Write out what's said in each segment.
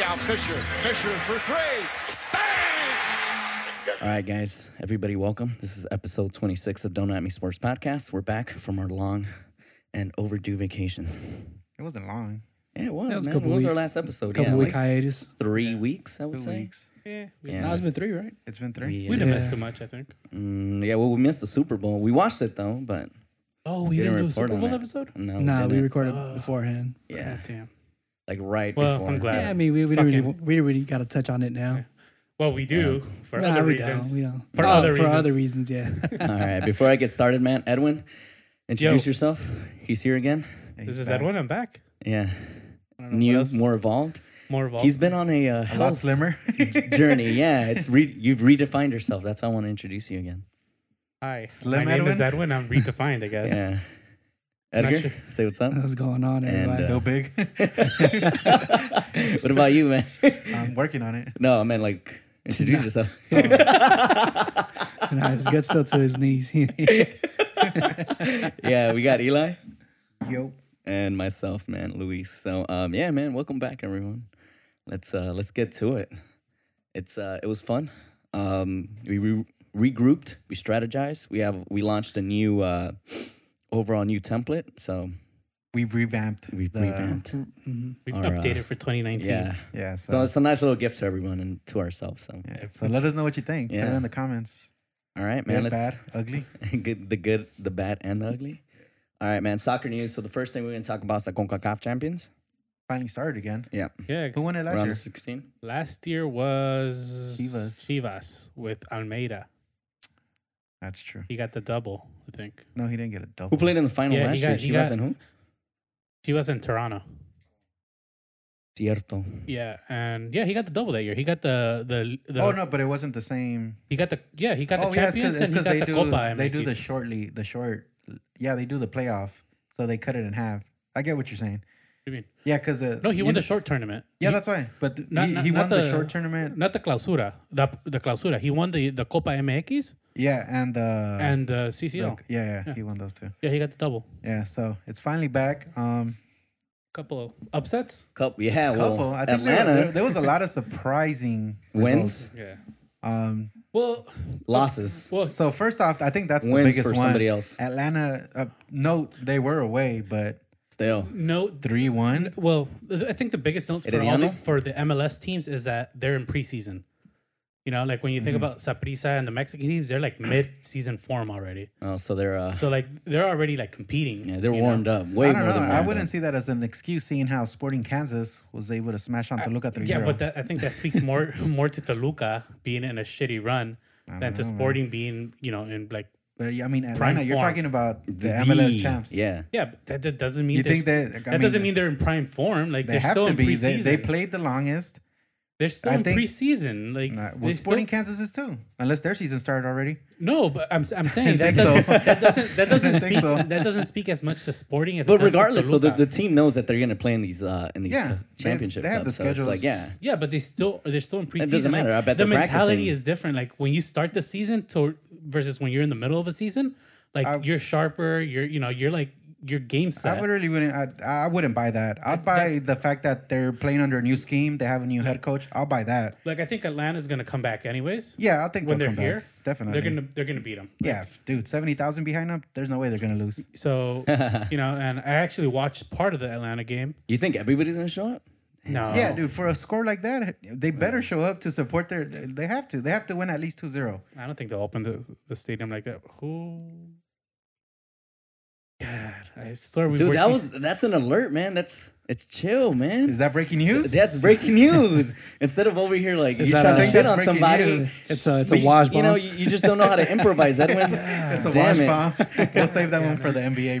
Now Fisher. Fisher for three. Bang! All right, guys, everybody, welcome. This is episode 26 of Don't At Me Sports Podcast. We're back from our long and overdue vacation. It wasn't long. Yeah, it was, was a man. couple When was our weeks. last episode? couple yeah, week like hiatus. Three weeks, I would Two say. weeks. Yeah. We, Yeah, No, it's been it's- three, right? It's been three. we, we uh, didn't miss Yeah. too much, I think. mm, yeah, well, we missed the Super Bowl. We watched it, though, but Oh, we didn't didn't, do a report Super on Bowl that. episode? no. Nah, we didn't. recorded Uh, beforehand. Yeah, God damn. like right Well, before. I'm glad. Yeah, I mean, we, we didn't really, fucking- we didn't really got to touch on it now. Well, we do for Nah, other we reasons. don't. We don't. For Oh, other for reasons. other reasons, yeah. All right, before I get started, man, Edwin, introduce Yo. yourself. He's here again. This is Edwin. I'm back. Yeah. I don't know what New, else. more evolved. more involved. He's been on a uh, A lot health slimmer. journey. Yeah, it's re- you've redefined yourself. That's how I want to introduce you again. Hi, Slim my name is Edwin. Edwin? I'm redefined, I guess. Yeah. Edgar, sure. say what's up. What's going on, everybody? uh, Still big. What about you, man? Um, I'm working on it. no, I meant like introduce yourself. nah, his gut's still to his knees. yeah, we got Eli Yo. and myself, man, Luis. So, um, yeah, man, welcome back, everyone. Let's uh, let's get to it. It's uh, it was fun. Um, we re- regrouped, we strategized. We have we launched a new uh, overall new template. So We've revamped. we've the- revamped. We've Or, uh, updated for 2019. Yeah. Yeah. So So, it's a nice little gift to everyone and to ourselves. So yeah, so let us know what you think. Put Yeah. it in the comments. all right, man. Man, let's bad, ugly. good, the good, the bad, and the ugly. All right, man. Soccer news. So the first thing we're gonna talk about is the Concacaf champions. Finally started again. Yeah, Yeah. Who won it last round year? of sixteen. Last year was Chivas. Chivas with Almeida. That's true. He got the double, I think. No, he didn't get a double. Who played in the final Yeah, he last got- year? he Chivas got- and who? Chivas in Toronto. Cierto. Yeah, and yeah, he got the double that year. He got the the, the Oh no, but it wasn't the same. He got the yeah. He got Oh the yeah, it's champions because it's and he 'cause got they the do Copa. they do the MX. shortly the short. Yeah, they do the playoff, so they cut it in half. I get what you're saying. What do you mean? Yeah, because uh, No, he you won the know- short tournament. Yeah, that's why. But th- Not- he, not- he not won the, the- short tournament. Not the clausura, the the clausura. He won the the Copa MX Yeah, and uh, and the CCL. Look, yeah, yeah, he won those two. yeah, he got the double. Yeah, so it's finally back. Um, Couple of upsets. Cup. Yeah. Well, couple. I think there, Atlanta there, there was a lot of surprising wins, Yeah. results. Um, Well, losses. well, so first off, I think that's the Wins biggest for one. somebody else. Atlanta. Uh, no, they were away, but Still. no. th- three one. Well, th- I think the biggest notes for all the, Herediano? for the MLS teams is that they're in preseason. You know, like when you think Mm-hmm. about Saprissa and the Mexican teams, they're like mid-season form already. Oh, so they're uh, So like they're already like competing. yeah, they're you know? warmed up way I don't more know. than I warmed wouldn't up. see that as an excuse, seeing how Sporting Kansas was able to smash on Toluca three Uh, Yeah, zero. but that, I think that speaks more more to Toluca being in a shitty run than to Sporting being, you know, in like But yeah, I mean, Prime Atlanta. You're form. talking about the, The- MLS champs. Yeah. yeah, but that, that doesn't mean You they're think st- that? that doesn't mean they're in prime form. Like they they're have still to in be. preseason. They, they played the longest. They're still I in think- preseason. Like Nah, they're well, Sporting still, Kansas is too, unless their season started already. no, but I'm, I'm saying that think doesn't, so. that doesn't that doesn't I think speak so. that doesn't speak as much to Sporting as. it But does to regardless, so the, Toluca. the team knows that they're gonna play in these uh, in these Yeah, cu- they- championship. they have the cups, so it's schedules. like yeah. Yeah, but they still they're still in preseason. doesn't matter. I bet the they're practicing. mentality is different. Like when you start the season to versus when you're in the middle of a season, like I- you're sharper. You're you know you're like your game I set. would really wouldn't. I, I wouldn't buy that. I'd buy the fact that they're playing under a new scheme. They have a new head coach. I'll buy that. like I think Atlanta's gonna come back anyways. Yeah, I think when they'll they're come here, back. Definitely. they're gonna they're gonna beat them. Yeah, f- dude, seventy thousand behind them. There's no way they're gonna lose. So you know, and I actually watched part of the Atlanta game. You think everybody's gonna show up? No, Oh. Yeah, dude, for a score like that, they better show up to support their. They have to. They have to win at least 2-0. I don't think they'll open the, the stadium like that. Who? God, I swear we Dude, work that these- was that's an alert, man. That's it's chill, man. Is that breaking news? That's breaking news. Instead of over here like you that trying a- to I shit think that's on breaking somebody. news. it's a it's but a you- wash you, bomb. know, you, you just don't know how to improvise, Edwin. It's Damn a wash it. bomb. we'll save that one for the NBA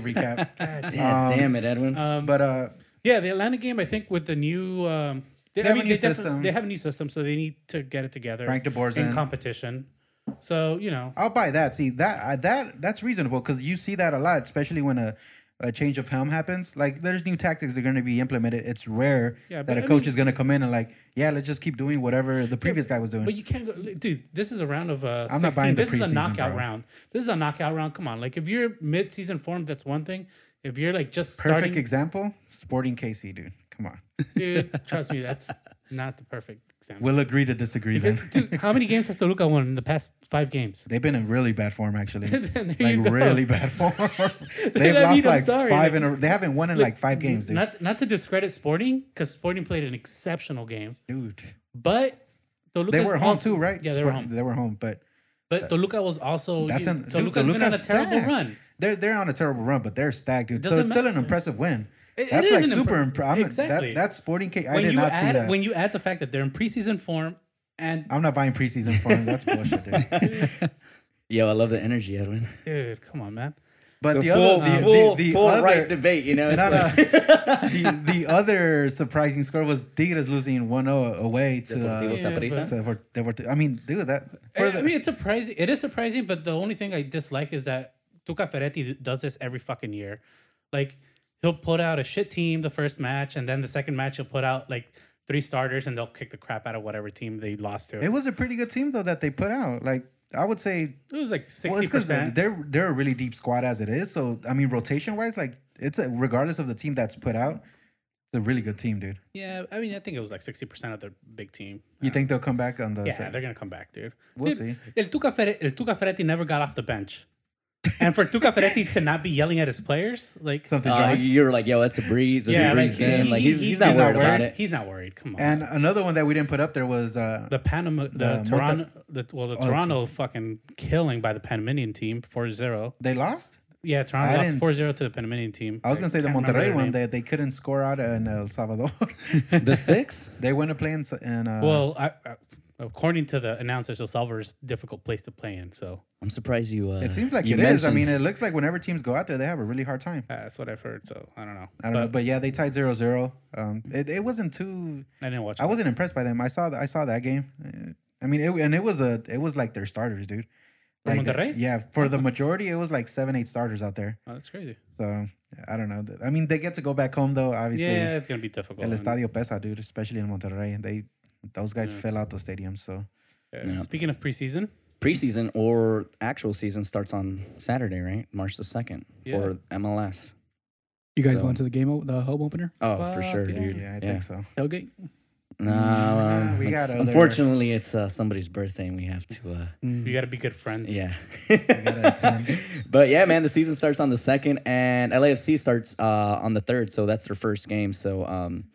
recap. God damn it, Edwin. Um, But uh, Yeah, the Atlanta game, I think, with the new. Um, they, They I have a mean, new they defi- system. They have a new system, so they need to get it together. Frank de Boer's in in. competition. So you know, I'll buy that. See that I that that's reasonable because you see that a lot, especially when a, a change of helm happens. Like there's new tactics that are going to be implemented. It's rare Yeah, that but a I coach mean- is going to come in and like, yeah, let's just keep doing whatever the previous guy was doing. but you can't go, dude. This is a round of uh, I'm 16. not buying the this is preseason, a knockout bro. round. This is a knockout round. Come on, like if you're mid-season form, that's one thing. If you're like just Perfect starting, example, Sporting KC, dude. Come on. dude, trust me, that's Not the perfect example. We'll agree to disagree then. Dude, how many games has Toluca won in the past five games? They've been in really bad form, actually. There like you go. really bad form. They've I mean, lost I'm like sorry, five like- in a. They haven't won in like, five games, dude. Not not to discredit Sporting, because Sporting played an exceptional game, dude, but Toluca they were home too, right? Yeah, they were Sport- home. They were home, but But Toluca was also that's you- an, dude, Toluca's been on a Toluca's terrible stacked. run. They're they're on a terrible run, but they're stacked, dude. so Doesn't it's still an matter. impressive win. It- it that's is like an super impre- impressive. Exactly. That, that's sporting case. I When did you not see add that. when you add the fact that they're in preseason form and I'm not buying preseason form. That's bullshit, dude. Yo, I love the energy, Edwin. dude, come on, man. But The the full, other, the, full, the, the full other, right debate, you know? It's No, no. like, the, the other surprising score was Tigres losing 1-0 away to. Uh, Deportivo Saprissa. to Devor- Deportivo- I mean, dude, that. for Eh, I the- mean, it's surprising. It is surprising, but the only thing I dislike is that Tuca Ferretti does this every fucking year. Like he'll put out a shit team the first match, and then the second match he'll put out like three starters, and they'll kick the crap out of whatever team they lost to. It It was a pretty good team though that they put out. Like I would say, was like sixty well, it's because percent. they're they're a really deep squad as it is. So I mean, rotation wise, like it's a, regardless of the team that's put out, it's a really good team, dude. Yeah, I mean, I think it was like sixty percent of their big team. You think they'll come back on the? Yeah, side? they're gonna come back, dude. We'll Dude, see. El Tuca, Ferre- El Tuca Ferretti never got off the bench, and for Tuca Ferretti to not be yelling at his players, like something. uh, wrong. you're like, yo, that's a breeze. It's Yeah, a like, breeze game. he- like, he- he's, he- he's not he's not worried about worried. it. he's not worried. Come on. and another one that we didn't put up there was uh, the Panama, the Monte- Toronto, the, well, the Oh, Toronto fucking killing by the Panamanian team 4-0. they lost. Yeah, I Toronto didn't- lost 4-0 to the Panamanian team. I was gonna say the can't remember Monterrey their one name. that they couldn't score out in El Salvador. The six? they went to play in. s- in uh, Well, I, I, according to the announcers, El Salvador is a difficult place to play in. So I'm surprised you. Uh, it seems like you it is. I mentioned- mean, it looks like whenever teams go out there, they have a really hard time. uh, that's what I've heard. So I don't know. I don't know, but yeah, they tied 0-0. Um, it, it wasn't too. I didn't watch. I it. wasn't impressed by them. I saw that. I saw that game. Uh, I mean, it, and it was a. It was like their starters, dude. For Like, Monterrey? Yeah, for the majority, it was like seven, eight starters out there. Oh, that's crazy. So I don't know. I mean, they get to go back home though. Obviously, Yeah, it's gonna be difficult. El And, Estadio Pesa, dude, especially in Monterrey. They those guys fill out the stadium. So uh, Speaking of preseason, preseason or actual season starts on Saturday, right? March the 2nd for MLS. You guys So- going to the game, o- the home opener? Oh, for sure, yeah. dude. yeah, I think so. Tailgate? No, um, Mm, we it's- got other- Mm. unfortunately, it's uh, somebody's birthday and we have to. Uh, you gotta be good friends. yeah. Gotta attend. but yeah, man, the season starts on the second, and LAFC starts uh, on the third, so that's their first game. So um,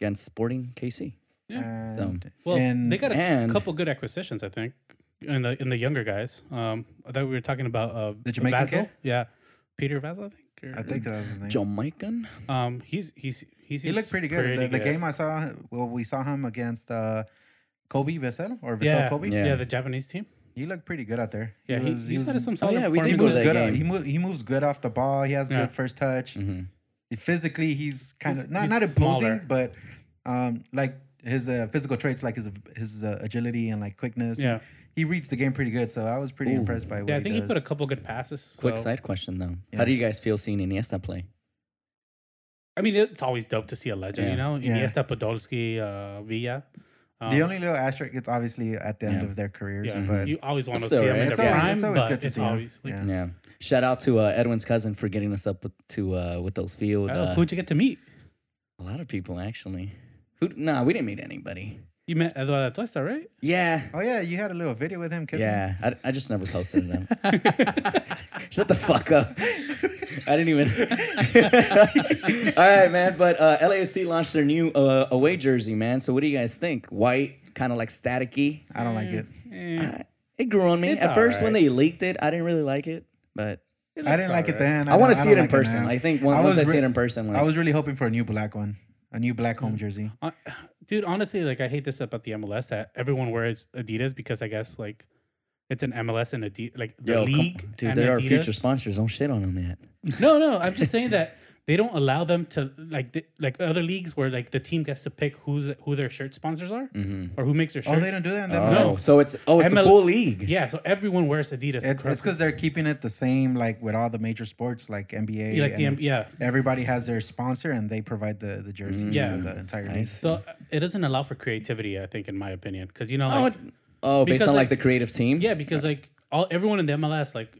against Sporting KC. And- Well, and they got a and- couple good acquisitions, I think, in the in the younger guys. Um, I thought we were talking about uh, The Jamaican Vassell. kid? Yeah, Peter Vassell, I think. or- I think that was his name. Jamaican. Um, he's he's he's He looked pretty good. the, the game I saw, well, we saw him against uh, Kobe Vissel or Vissel yeah, Kobe. yeah, Yeah. the Japanese team. He looked pretty good out there. Yeah, he, was- he's was- had some solid Oh, yeah, we did He Into moves performances. that game. good. He, move, he moves good off the ball. He has Yeah. good first touch. Mm-hmm. He- physically, he's kind He's- of not he's not smaller. imposing, but um, like his uh, physical traits, like his his uh, agility and like quickness. Yeah. he reads the game pretty good. So I was pretty impressed by what Yeah, I he think he does. put a couple good passes. Quick so- side question though: How do you guys feel seeing Iniesta play? I mean, it's always dope to see a legend. You Yeah. know, Yeah. Iniesta, Podolski, uh, Villa. Um, the only little asterisk, it's obviously at the end Yeah. of their careers, yeah, but you always want to It's see him all right. in it's their always, prime, it's always but good to it's see him. always like, yeah. Yeah. Shout out to uh, Edwin's cousin for getting us up with, to uh, with those field. oh, Uh, who'd you get to meet? a lot of people actually. Who? Nah, we didn't meet anybody. You met Eduardo Atuesta, right? Yeah. Oh yeah, you had a little video with him kissing. Yeah, I, I just never posted them. Shut the fuck up. I didn't even. All right, man. But uh, LAFC launched their new uh, away jersey, man. So what do you guys think? White, kind of like staticky. I don't like it. Eh, It grew on me It's at all first when right. they leaked it. I didn't really like it, but I didn't like it then. I, want to don't- see it in don't like person. now. I think once, once I was see re- it in person, like, I was really hoping for a new black one, a new black home jersey. Uh, dude, honestly, like I hate this about the MLS that everyone wears Adidas because I guess like it's an MLS and Adidas, like the yo, come- league. dude, and there are Adidas. future sponsors. Don't shit on them yet. No, no, I'm just saying that they don't allow them to like the, like other leagues where like the team gets to pick who's who their shirt sponsors are or who makes their Oh, shirts. they don't do that. in the Mm-hmm. Oh, MLS? so it's oh, it's the ML full league. Yeah, so everyone wears Adidas. It, it's across the- because they're keeping it the same, like with all the major sports, like NBA. you like the and M- yeah. Everybody has their sponsor, and they provide the the Mm, jersey Yeah. for the entire league. So uh, it doesn't allow for creativity, I think, in my opinion, because you know, Oh, like, it- oh, based Because, on like like- the creative team. yeah, because like all everyone in the MLS, like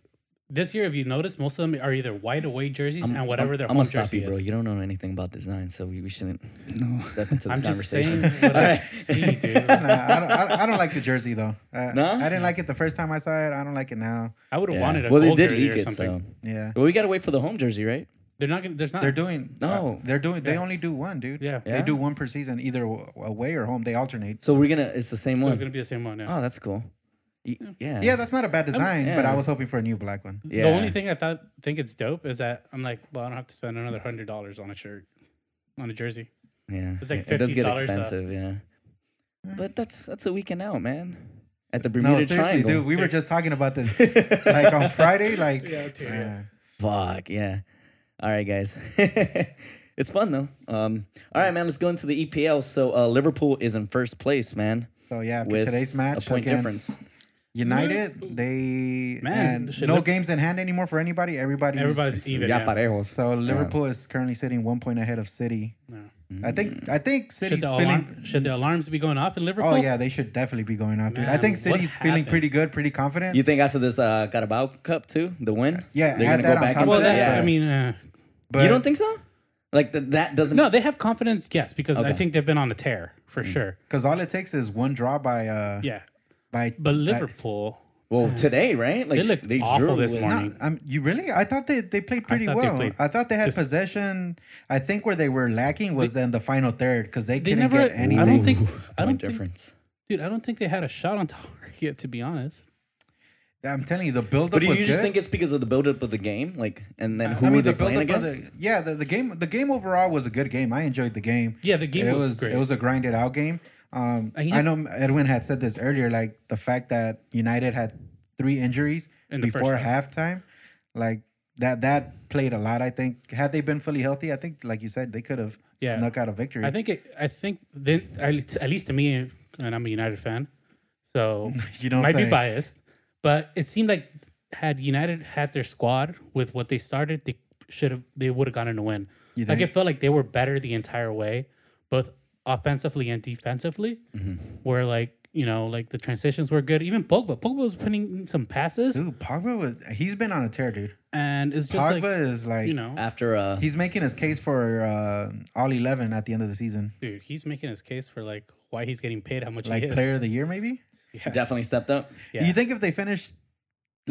this year, if you notice, most of them are either wide away jerseys and whatever Mm, I'm, their I'm home gonna stop jersey you, bro. is. You don't know anything about design, so we, we shouldn't No. step into this I'm just conversation. saying what I Alright. see, dude. Nah, I, don't, I, don't, I don't like the jersey though. Uh, No? I didn't like it the first time I saw it. I don't like it now. I would have Yeah. wanted a well, they gold did jersey leak or it, something. so. Yeah, Well, we gotta wait for the home jersey, right? They're not gonna. There's not. they're doing. uh, No. they're doing. They only do one, dude. Yeah. they Yeah? do one per season, either w- away or home. They alternate. So we're gonna. It's the same so one. it's gonna be the same one. Yeah. Oh, that's cool. Y- Yeah. Yeah, that's not a bad design, but I yeah. was hoping for a new black one. yeah. The only thing I thought think it's dope is that I'm like, well, I don't have to spend another hundred dollars on a shirt, on a jersey. Yeah. It's like it- it does get $50, uh, expensive. Yeah. But that's that's a weekend out, man. At the No, Bermuda seriously, Triangle. dude, we were just talking about this like on Friday. Like, Yeah, too, yeah. man. Fuck yeah! All right, guys, it's fun though. Um, all right, man, let's go into the EPL. So uh, Liverpool is in first place, man. so yeah, after With today's a match point against United, they Man, and shit, no look- games in hand anymore for anybody. Everybody's Everybody's even. Ya yeah. parejos. So Liverpool is currently sitting one point ahead of City. No. I think I think Should City's the, feeling. alarm, should the alarms be going off in Liverpool? Oh yeah, they should definitely be going out, dude. I Man, think what City's feeling happened? pretty good, pretty confident. You think after this uh, Carabao Cup too, the win? Yeah, they're gonna add that go on back top into Well, of that, Yeah. I mean, uh, but you don't think so? Like th- that doesn't. no, they have confidence, yes, because I Okay. think they've been on a tear for Mm. sure. because all it takes is one draw by uh Yeah, by but by- Liverpool, Well, today, right? Like They looked awful drew this with- morning. No, um, you really? I thought they, they played pretty thought they well. played I thought they had just- possession. I think where they were lacking was in the final third because they, they couldn't never. get I anything. don't think. I Point don't think, difference. dude. I don't think they had a shot on target. To be honest, I'm telling you, the buildup But do was you just good. think it's because of the buildup of the game, like, and then who I were mean, they the playing buildup of against? the yeah, the, the game the game overall was a good game. I enjoyed the game. Yeah, the game it was great. It was a grinded out game. Um, And you had- I know Edwin had said this earlier, like the fact that United had three injuries In the first before half. halftime, like that that played a lot. I think had they been fully healthy, I think like you said, they could have Yeah. snuck out a victory. I think. It, I think. Then at at least to me, and I'm a United fan, so You don't might say. be biased, but it seemed like had United had their squad with what they started, they should have. They would have gotten a win. You Like it think? felt like they were better the entire way, both offensively and defensively. Mm-hmm. Where like you know, like the transitions were good. Even Pogba, Pogba was putting in some passes, Dude, Pogba was, he's been on a tear, dude. and it's just Pogba like is like you know, After uh, he's making his case for uh, all eleven at the end of the season, dude, he's making his case for like why he's getting paid, how much like he is. player of the year maybe. Yeah. definitely stepped up. Yeah. You think if they finish,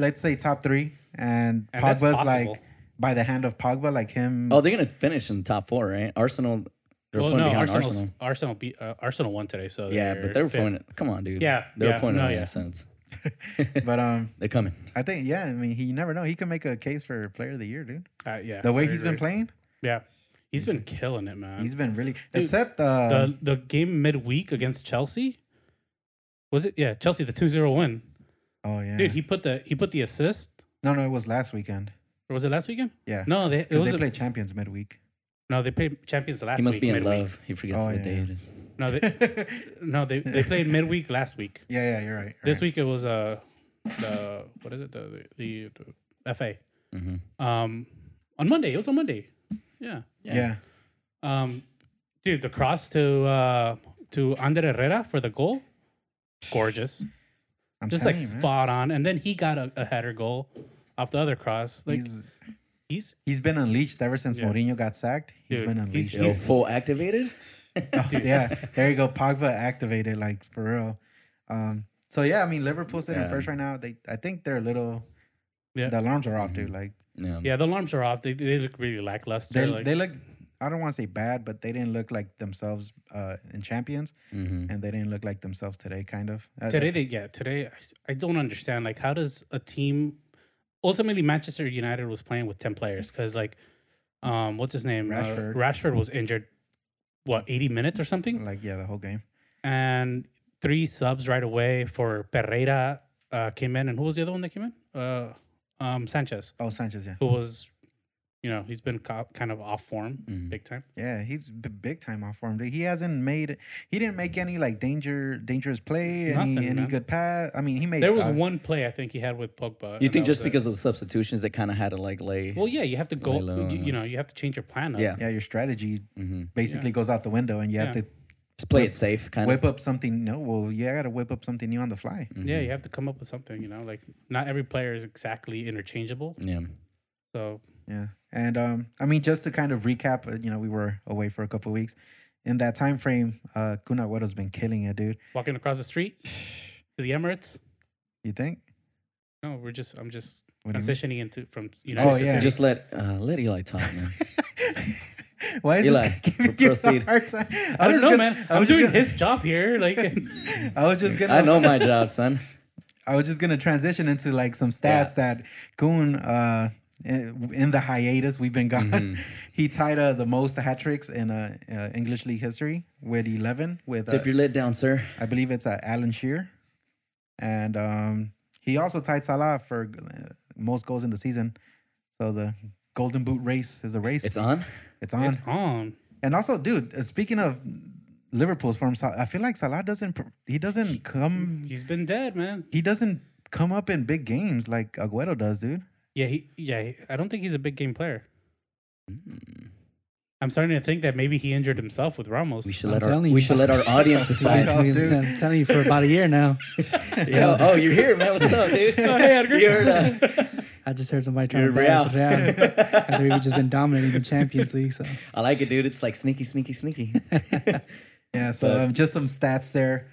let's say top three, and, And that's Pogba's possible. like by the hand of Pogba, like him. Oh, they're gonna finish in the top four, right? Arsenal. They're Well, playing no, behind Arsenal's, Arsenal. Arsenal beat uh, Arsenal won today, so Yeah, but they're fifth. pointing. Come on, dude. Yeah, they're yeah, pointing no, no, yeah. sense. But um, They're coming. I think yeah. I mean, he you never know. He could make a case for player of the year, dude. Uh, yeah, The way very, he's been very- playing, Yeah, he's been killing it, man. he's been really. Except uh, Um, the the game midweek against Chelsea was it? Yeah, Chelsea the 2-0 win. oh yeah, Dude, he put the he put the assist. no, no, it was last weekend. Or was it last weekend? Yeah, No, they it because was they a- played Champions midweek. no they played Champions last. He must week, be in midweek. love. He forgets Oh, what yeah. day it is. No, they no they, they played midweek last week. Yeah, yeah, you're right. This week it was uh the what is it the the, the FA Mm-hmm. um on Monday it was on Monday yeah yeah. yeah, um dude the cross to uh to Ander Herrera for the goal gorgeous I'm just telling like you, man. spot on. And then he got a, a header goal off the other cross. Like he's He's he's, he's been unleashed ever since Yeah. Mourinho got sacked. He's Dude, been he's- Yo, unleashed. full activated. Oh, yeah, there you go. Pogba activated, like for real. Um, so yeah, I mean Liverpool sitting Yeah. first right now. They, I think they're a little. Yeah. Mm-hmm. The alarms are off, dude. Like Yeah. yeah, the alarms are off. They, they look really lackluster. they, like, they look. I don't want to say bad, but they didn't look like themselves uh, in champions, Mhm. and they didn't look like themselves today. Kind of Uh, today they yeah, today I- I don't understand like how does a team ultimately Manchester United was playing with 10 players cuz like um what's his name? Uh, Rashford. Mm. Rashford was injured what 80 minutes or something Like yeah, the whole game. and three subs right away for Pereira uh, came in and who was the other one that came in? Uh um Sanchez. Oh, Sanchez, yeah, who was, you know, he's been co- kind of off form Mm-hmm. big time. yeah, he's b- big time off form. dude. He hasn't made. He didn't make any like danger, dangerous play, any Nothing, any man. good pass. I mean, he made. There was uh, one play I think he had with Pogba. You and think that was just it. because of the substitutions, they kind of had to like lay. Well, yeah, you have to go. Lay low, You, you know, you have to change your plan. Up. yeah. Yeah, your strategy Mhm. basically goes out the window, and you have Yeah. to Just play it safe, kind of. Whip up something. No, well, yeah, I gotta whip up something new on the fly. Mm. Yeah, Mm-hmm. you have to come up with something, you know, like not every player is exactly interchangeable. Yeah. So Yeah, and um, I mean, just to kind of recap, uh, you know, we were away for a couple of weeks. In that time frame, uh, Kun Agüero's been killing it, dude. walking across the street to the Emirates. You think? No, we're just I'm just What do you mean? transitioning into from United Oh, to yeah. City. Just let uh, let Eli talk, man. Why is Eli, this guy giving pro- you proceed. a hard time? I was don't just know, gonna- man. I I'm was just doing gonna- his job here. Like I was just gonna. I know my job, son. I was just gonna transition into like some stats that Goon, uh, in in the hiatus we've been gone, Mm-hmm. he tied uh, the most hat tricks in uh, uh, English league history with eleven. With uh, Tip your lid down, sir. I believe it's uh, Alan Shearer, and um, he also tied Salah for uh, most goals in the season. So the Golden Boot race is a race. It's on. It's on. it's on. And also, dude, uh, speaking of Liverpool's form, Sa- I feel like Salah doesn't. pr- He doesn't come. He's been dead, man. He doesn't come up in big games like Aguero does, dude. Yeah, he yeah, he- I don't think he's a big game player. Mm. I'm starting to think that maybe he injured himself with Ramos. We should I'm let our telling you. we should let our audience I'm decide. Fuck off, telling, you, dude. I'm telling you for about a year now. Yo, oh, you're here, man. What's up, dude? Oh, hey, Edgar. You heard, uh, I just heard somebody trying You're to bash it down after we've just been dominating the Champions League. So I like it, dude. It's like sneaky, sneaky, sneaky. Yeah. So um, just some stats there.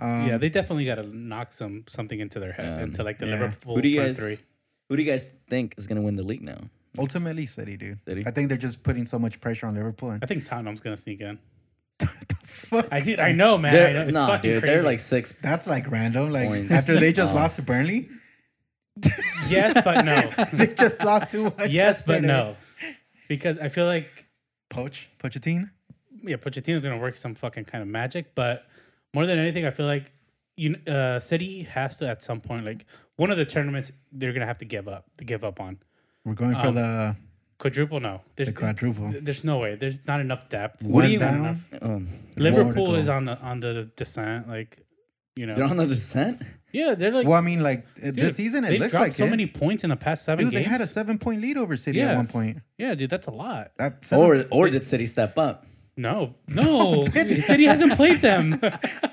Um, yeah, they definitely got to knock some something into their head, into Um, like the yeah. Liverpool Who do you front guys- three. Who do you guys think is gonna win the league now? Ultimately, City, dude. City. I think they're just putting so much pressure on Liverpool. And I think Tottenham's gonna sneak in. fuck, I did. I know, man. I know, They're, it's nah, fucking dude. crazy. They're like six. that's like random. Like Points. after they just Wow. lost to Burnley, yes, but no. they just lost to one. Yes, but yesterday. no. Because I feel like Poch, Pochettino. yeah, Pochettino's gonna work some fucking kind of magic. But more than anything, I feel like you uh, City has to at some point like one of the tournaments they're gonna have to give up to give up on We're going Um, for the quadruple. No, there's the quadruple. There's no way. There's not enough depth. One There's not down. enough- Um, More to Liverpool go. is on the on the descent. Like you know, they're on the descent. yeah, they're like Well, I mean, like uh, dude, this season, they've it looks dropped like so it. many points in the past seven Dude, they games. had a seven-point lead over City at Yeah. one point. yeah, dude, that's a lot. That seven, Or or did City step up? No, no, City hasn't played them.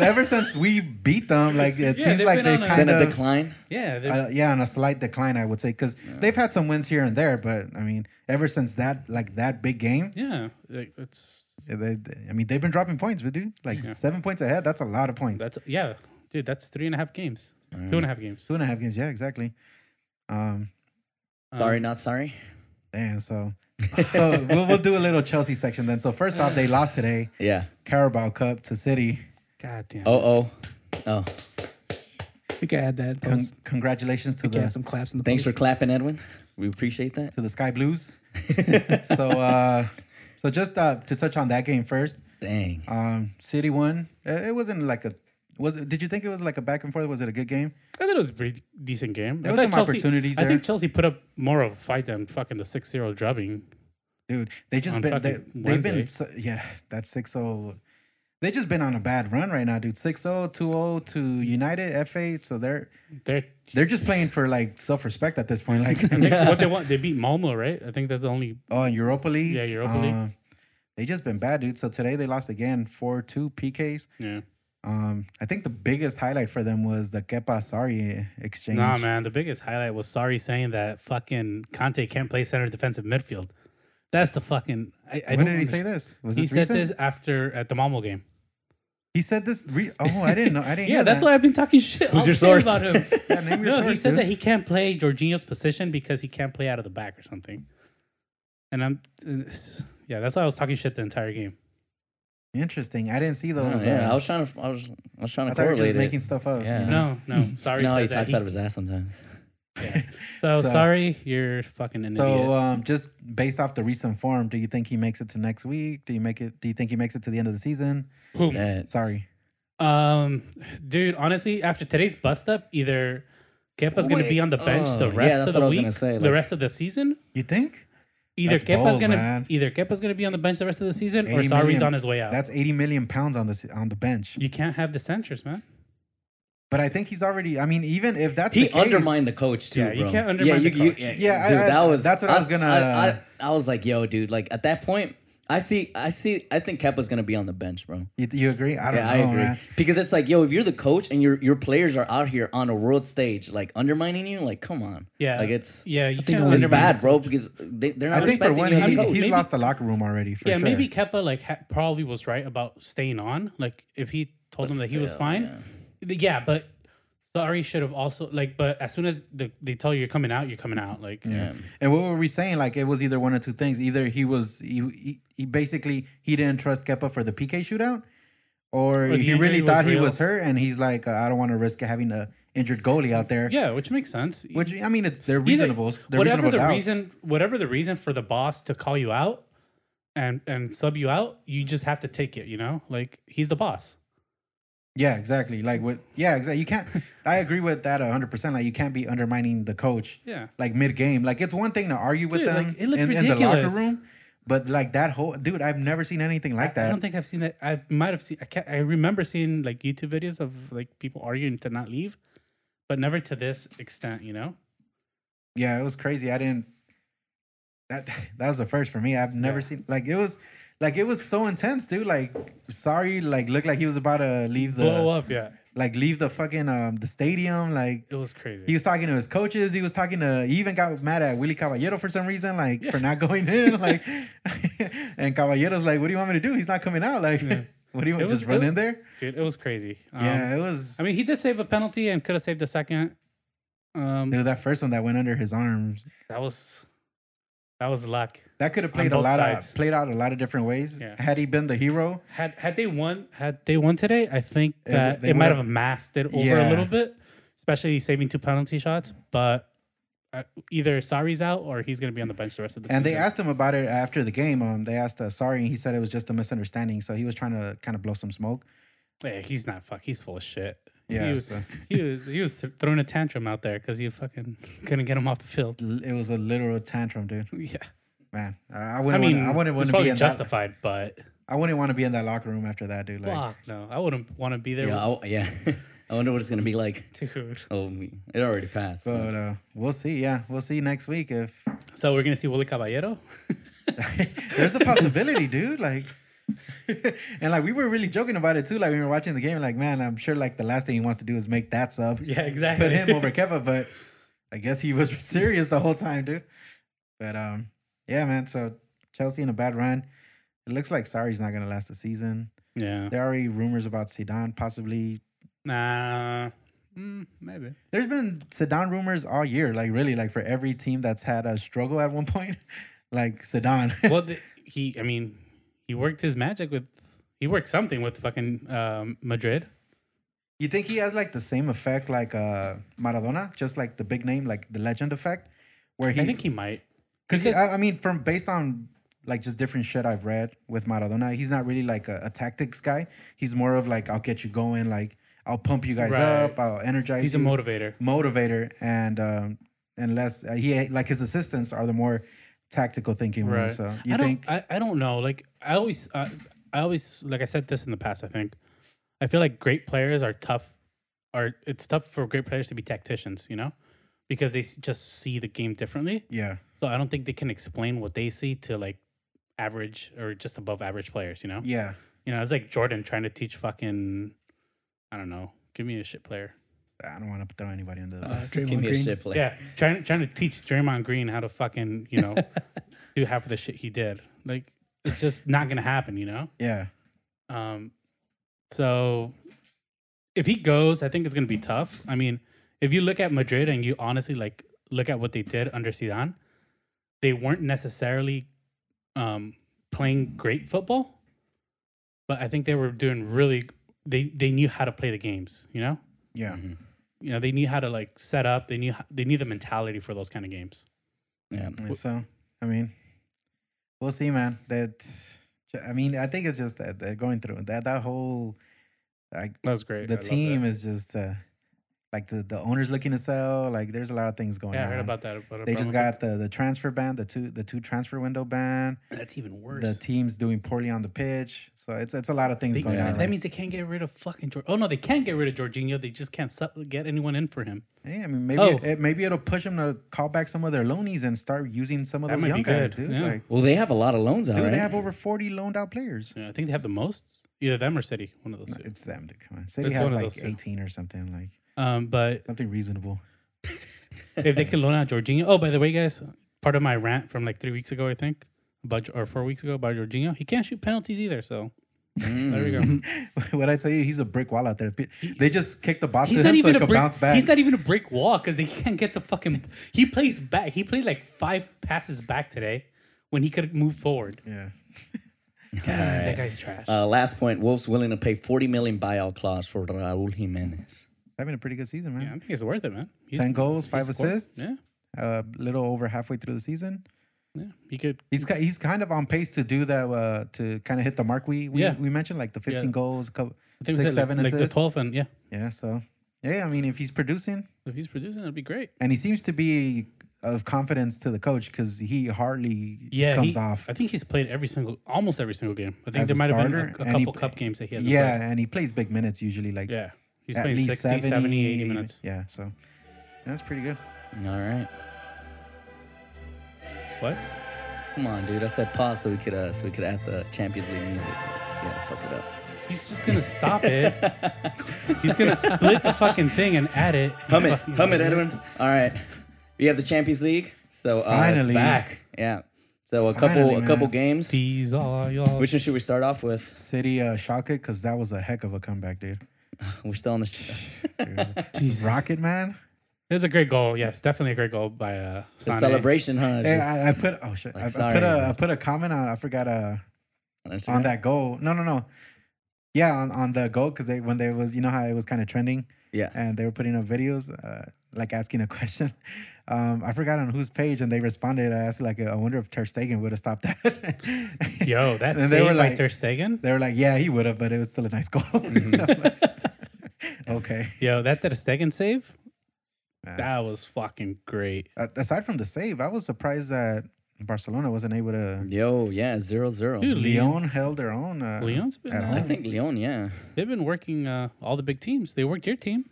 ever since we beat them, like it Yeah, seems they've like been they on a- Then kind a of. decline. yeah, they're- Uh, yeah, on a slight decline, I would say, because they've had some wins here and there, but I mean, ever since that, like that big game, yeah, like, it's they, I mean, they've been dropping points, but dude, like seven points ahead, that's a lot of points. That's yeah, dude. That's three and a half games. Two and a half games. Two and a half games, yeah, exactly. Um, Sorry, not sorry. and so, so we'll, we'll do a little Chelsea section then. So first off, they lost today, Yeah. Carabao Cup to City. God damn. Oh oh oh. we could add that. Con- Post. congratulations to We could the add some claps in the Thanks for post. clapping, Edwin. We appreciate that. to the Sky Blues. so uh so just uh, to touch on that game first, Dang. um City won. Uh, It wasn't like a was it, did you think it was like a back and forth? Was it a good game? I thought it was a pretty decent game. There I was thought some opportunities I there. think Chelsea put up more of a fight than fucking the 6-0 drubbing. Dude, they just On been they, fucking they've Wednesday. been so, yeah, that's 6-0. They just been on a bad run right now, dude. 6-0, 2-0 to United, FA, so they're They're they're just playing for like self-respect at this point like I think what they want. They beat Malmo, right? I think that's the only. oh, and Europa League. Um, Yeah, Europa League. They just been bad, dude. So today they lost again 4-2 PKs. Yeah. Um, I think the biggest highlight for them was the Kepa Sari exchange. Nah, man. The biggest highlight was sorry saying that fucking Conte can't play center defensive midfield. That's the fucking. I, I When don't did he say understand. this? Was He this said recent? this after at the Malmo game. He said this. Re- oh, I didn't know. I didn't. Yeah, hear that's that. why I've been talking shit. Who's your source? about him? Yeah, name your no, he source, said dude. that he can't play Jorginho's position because he can't play out of the back or something. And I'm, it's- yeah, that's why I was talking shit the entire game. Interesting. I didn't see Oh, those. yeah, uh, I was trying to. I was. I was trying I to thought we were correlate just it. making stuff up. Yeah. you know? No, no, sorry. no, said he that talks he- out of his ass sometimes. so, So- sorry, you're fucking an So, idiot. um, just based off the recent form, do you think he makes it to next week? Do you make it? Do you think he makes it to the end of the season? Who? Yeah. Sorry. Um, dude, honestly, after today's bust up, either Kepa's going to Wait, be on the bench oh, the yeah, rest that's of the what I was week, gonna say, the like- rest of the season. You think? Either That's Kepa's bold, gonna man. either Kepa's gonna be on the bench the rest of the season, or 80 Sari's million. on his way out. That's eighty million pounds on the s- on the bench. you can't have dissenters, man. But I think he's already. I mean, even if that's He the case, undermined the coach too. Yeah, you bro. can't undermine the coach. Yeah, I- dude, I- that was. that's what I was gonna- I, I, I was like, yo, dude. Like at that point, I see. I see. I think Keppa's gonna be on the bench, bro. You, you agree? I don't Yeah, know, I agree. man. Because it's like, yo, if you're the coach and your your players are out here on a world stage, like undermining you, like come on, Yeah, like it's yeah, you think can't it was it's undermine- bad, bro. Because they, they're not. I think for respecting you one, as a he, he's coach. oh, maybe- lost the locker room already. For yeah, sure. maybe Keppa like ha- probably was right about staying on. Like if he told But him that he was still, fine, yeah. th- yeah. But sorry should have also like. But as soon as the, they tell you you're coming out, you're coming out. Like Yeah. And what were we saying? Like it was either one or two things. Either he was he, he, he basically he didn't trust Keppa for the PK shootout, or, the he injury really was thought he real. was hurt, and he's like, uh, I don't want to risk having a injured goalie out there. yeah, which makes sense. Which I mean, it's they're Either- reasonable. They're whatever reasonable the doubts. reason, whatever the reason for the boss to call you out and and sub you out, you just have to take it. You know, like he's the boss. Yeah, exactly. Like what? Yeah, exactly. You can't. I agree with that hundred percent. Like you can't be undermining the coach. Yeah. Like mid game, like it's one thing to argue with Dude, them like, it looked in, in the locker ridiculous. room, but like that whole dude, I've never seen anything like I don't that. think I've seen that. I might have seen. I can't. I remember seeing like YouTube videos of like people arguing to not leave, but never to this extent. You know. Yeah, it was crazy. I didn't. That that was the first for me. I've never Yeah. seen like it was like it was so intense, dude. Like sorry, like looked like he was about to leave the Blow up. Yeah, like leave the fucking um the stadium. Like it was crazy. he was talking to his coaches. He was talking to. He even got mad at Willie Caballero for some reason, like for not going in. Like, and Caballero's like, "What do you want me to do? He's not coming out. Like, what do you want? It was- Just run it was- in there? Dude, it was crazy. Um, yeah, it was. I mean, he did save a penalty and could have saved a second. Um, dude, that first one that went under his arms. that was that was luck. That could have On played a both lot sides. of played out a lot of different ways. Yeah. Had he been the hero, Had had they won, had they won today, I think It- that they it, might would've- have masked it over Yeah. a little bit, especially saving two penalty shots. But uh, either Sari's out or he's going to be on the bench the rest of the and they season. asked him about it after the game. Um, they asked, uh, "Sorry," and he said it was just a misunderstanding. So he was trying to kind of blow some smoke. Yeah, he's not fuck. He's full of shit. Yeah, he was, so- he was he was th- throwing a tantrum out there because you fucking couldn't get him off the field. L- It was a literal tantrum, dude. Yeah, Man, I I I wouldn't. mean, wanna, I wouldn't it's want to be probably in that. justified, but I wouldn't want to be in that locker room after that, dude. Like, fuck no, I wouldn't want to be there. Yeah, I, yeah. I wonder what it's gonna be like. with dude. Oh, we- it already passed. So uh, we'll see. Yeah, we'll see next week if So we're gonna see Willie Caballero. there's a possibility, dude. Like, and like we were really joking about it too. Like we were watching the game, like man, I'm sure like the last thing he wants to do is make that sub. Yeah, exactly. Put him over Keva, but I guess he was serious the whole time, dude. But um, yeah, man. So Chelsea in a bad run. It looks like Sari's not gonna last the season. Yeah. There are already rumors about Sedan possibly. Nah. Mm, maybe. There's been Sedan rumors all year, like really, like for every team that's had a struggle at one point, like Sedan. Well, the, he. I mean, he worked his magic with. He worked something with fucking um, Madrid. You think he has like the same effect like uh Maradona, just like the big name, like the legend effect, where I he think he might. because because- I, I mean from based on like just different shit I've read with Maradona, he's not really like a, a tactics guy. He's more of like I'll get you going, like I'll pump you guys Right. up, I'll energize. He's a you, motivator. motivator, and um, unless uh, he like his assistants are the more tactical thinking Right. ones. So you I don't, think I, I don't know. Like I always uh, I always like I said this in the past. I think I feel like great players are tough. Are it's tough for great players to be tacticians, you know, because they s- just see the game differently. yeah, So I don't think they can explain what they see to like average or just above average players, you know? yeah. You know, it's like Jordan trying to teach fucking I don't know, give me a shit player. I don't want to throw anybody under the Uh, bus. give Draymond me a Green. shit play. Yeah. Trying trying to teach Draymond Green how to fucking, you know, do half of the shit he did. Like it's just not gonna happen, you know? yeah, Um so if he goes, I think it's gonna be tough. I mean, if you look at Madrid and you honestly like look at what they did under Zidane, they weren't necessarily um, playing great football, but I think they were doing really. They they knew how to play the games. You know, yeah. Mm-hmm. you know they knew how to like set up. They knew how, they knew the mentality for those kind of games. Yeah. Mm. Yeah, So, I mean, we'll see, man. That, I mean, I think it's just that they're going through that that whole like That was great. I the love that. team is just uh, Like the, the owners looking to sell. Like there's a lot of things going Yeah, I on. heard about that. about a they just promo. got the, the transfer ban, the two the two transfer window ban. that's even The worse. team's doing poorly on the pitch, so it's it's a lot of things They- going yeah. on. that right? means they can't get rid of fucking. Jor- oh no, they can get rid of Jorginho. They just can't su- get anyone in for him. Hey, I mean, maybe Oh. it, it- maybe it'll push them to call back some of their loanies and start using some of That those might be young guys, good, dude. yeah. Like, Well, they have a lot of loans out, dude, right? they have over forty loaned out players. Yeah, I think they have the most. Either them or City, one of those two. It's them, dude. Come on, City It's has one of like those two. eighteen or something, like Um, but something reasonable. if they can loan out Jorginho. Oh, by the way, guys, part of my rant from like three weeks ago, I think, about or four weeks ago about Jorginho, he can't shoot penalties either. So Mm. there we go. what I tell you, he's a brick wall out there. Pe- They just kick the box He's to not him so even he a could brick. bounce back. He's not even a brick wall because he can't get the fucking. He plays back. He played like five passes back today when he could move forward. yeah, God, That guy's trash. Uh, last point: Wolves willing to pay 40 million buyout clause for Raúl Jiménez. having a pretty good season, yeah, I man. think it's worth it, man. He's- Ten goals, he five scored. assists. Yeah, A little over halfway through the season. yeah. He could. He's ki- he's kind of on pace to do that uh, to kind of hit the mark we we, Yeah. we mentioned, like the fifteen Yeah. goals, co- I think six we said, seven like, like the assists. twelfth, and yeah, yeah, so yeah, I mean, if he's producing, if he's producing, it'd be great. and he seems to be of confidence to the coach because he hardly Yeah, comes he- off. I think he's played every single, almost every single game. I think As there a might have been starter, a- a, and he- couple cup games that he hasn't yeah, played. and he plays big minutes usually, like Yeah, he's at playing least 60, 70, 70, 80 minutes. Yeah, so that's pretty good. All right, What? come on, dude. I said pause so we could uh, so we could add the Champions League music. Yeah, fuck it up. He's just gonna stop it. he's gonna split the fucking thing and add it. Hum it, Fucking hum it, Edwin. All right, we have the Champions League, so uh, it's Finally. back. Yeah, so a couple Finally, a couple man. games. These are y'all. Which one should we start off with? City uh, shock it because that was a heck of a comeback, dude. We're still on the. Sh- Jesus. Rocket man. It was a great goal. Yes, definitely a great goal by uh, the Sané. celebration, huh? It's Hey, just- I, I put oh shit, like, I, I sorry, put a man. I put a comment on. I forgot uh, on Instagram? on that goal. No, no, no. Yeah, on, on the goal because they when they was you know how it was kind of trending. Yeah. and they were putting up videos uh, like asking a question. Um, I forgot on whose page, and they responded. I asked like, I wonder if Ter Stegen would have stopped that. Yo, that And saved they were by like- Ter Stegen. they were like, yeah, he would have, but it was still a nice goal. Mm-hmm. I'm like, okay. Yo, that Ter Stegen save. Yeah. That was fucking great. Uh, aside from the save, I was surprised that Barcelona wasn't able to. Yo, yeah, zero zero. Dude, Leon held their own. Uh, Leon's been. At uh, Um, I home. think Leon, yeah. they've been working uh, all the big teams. They worked your team.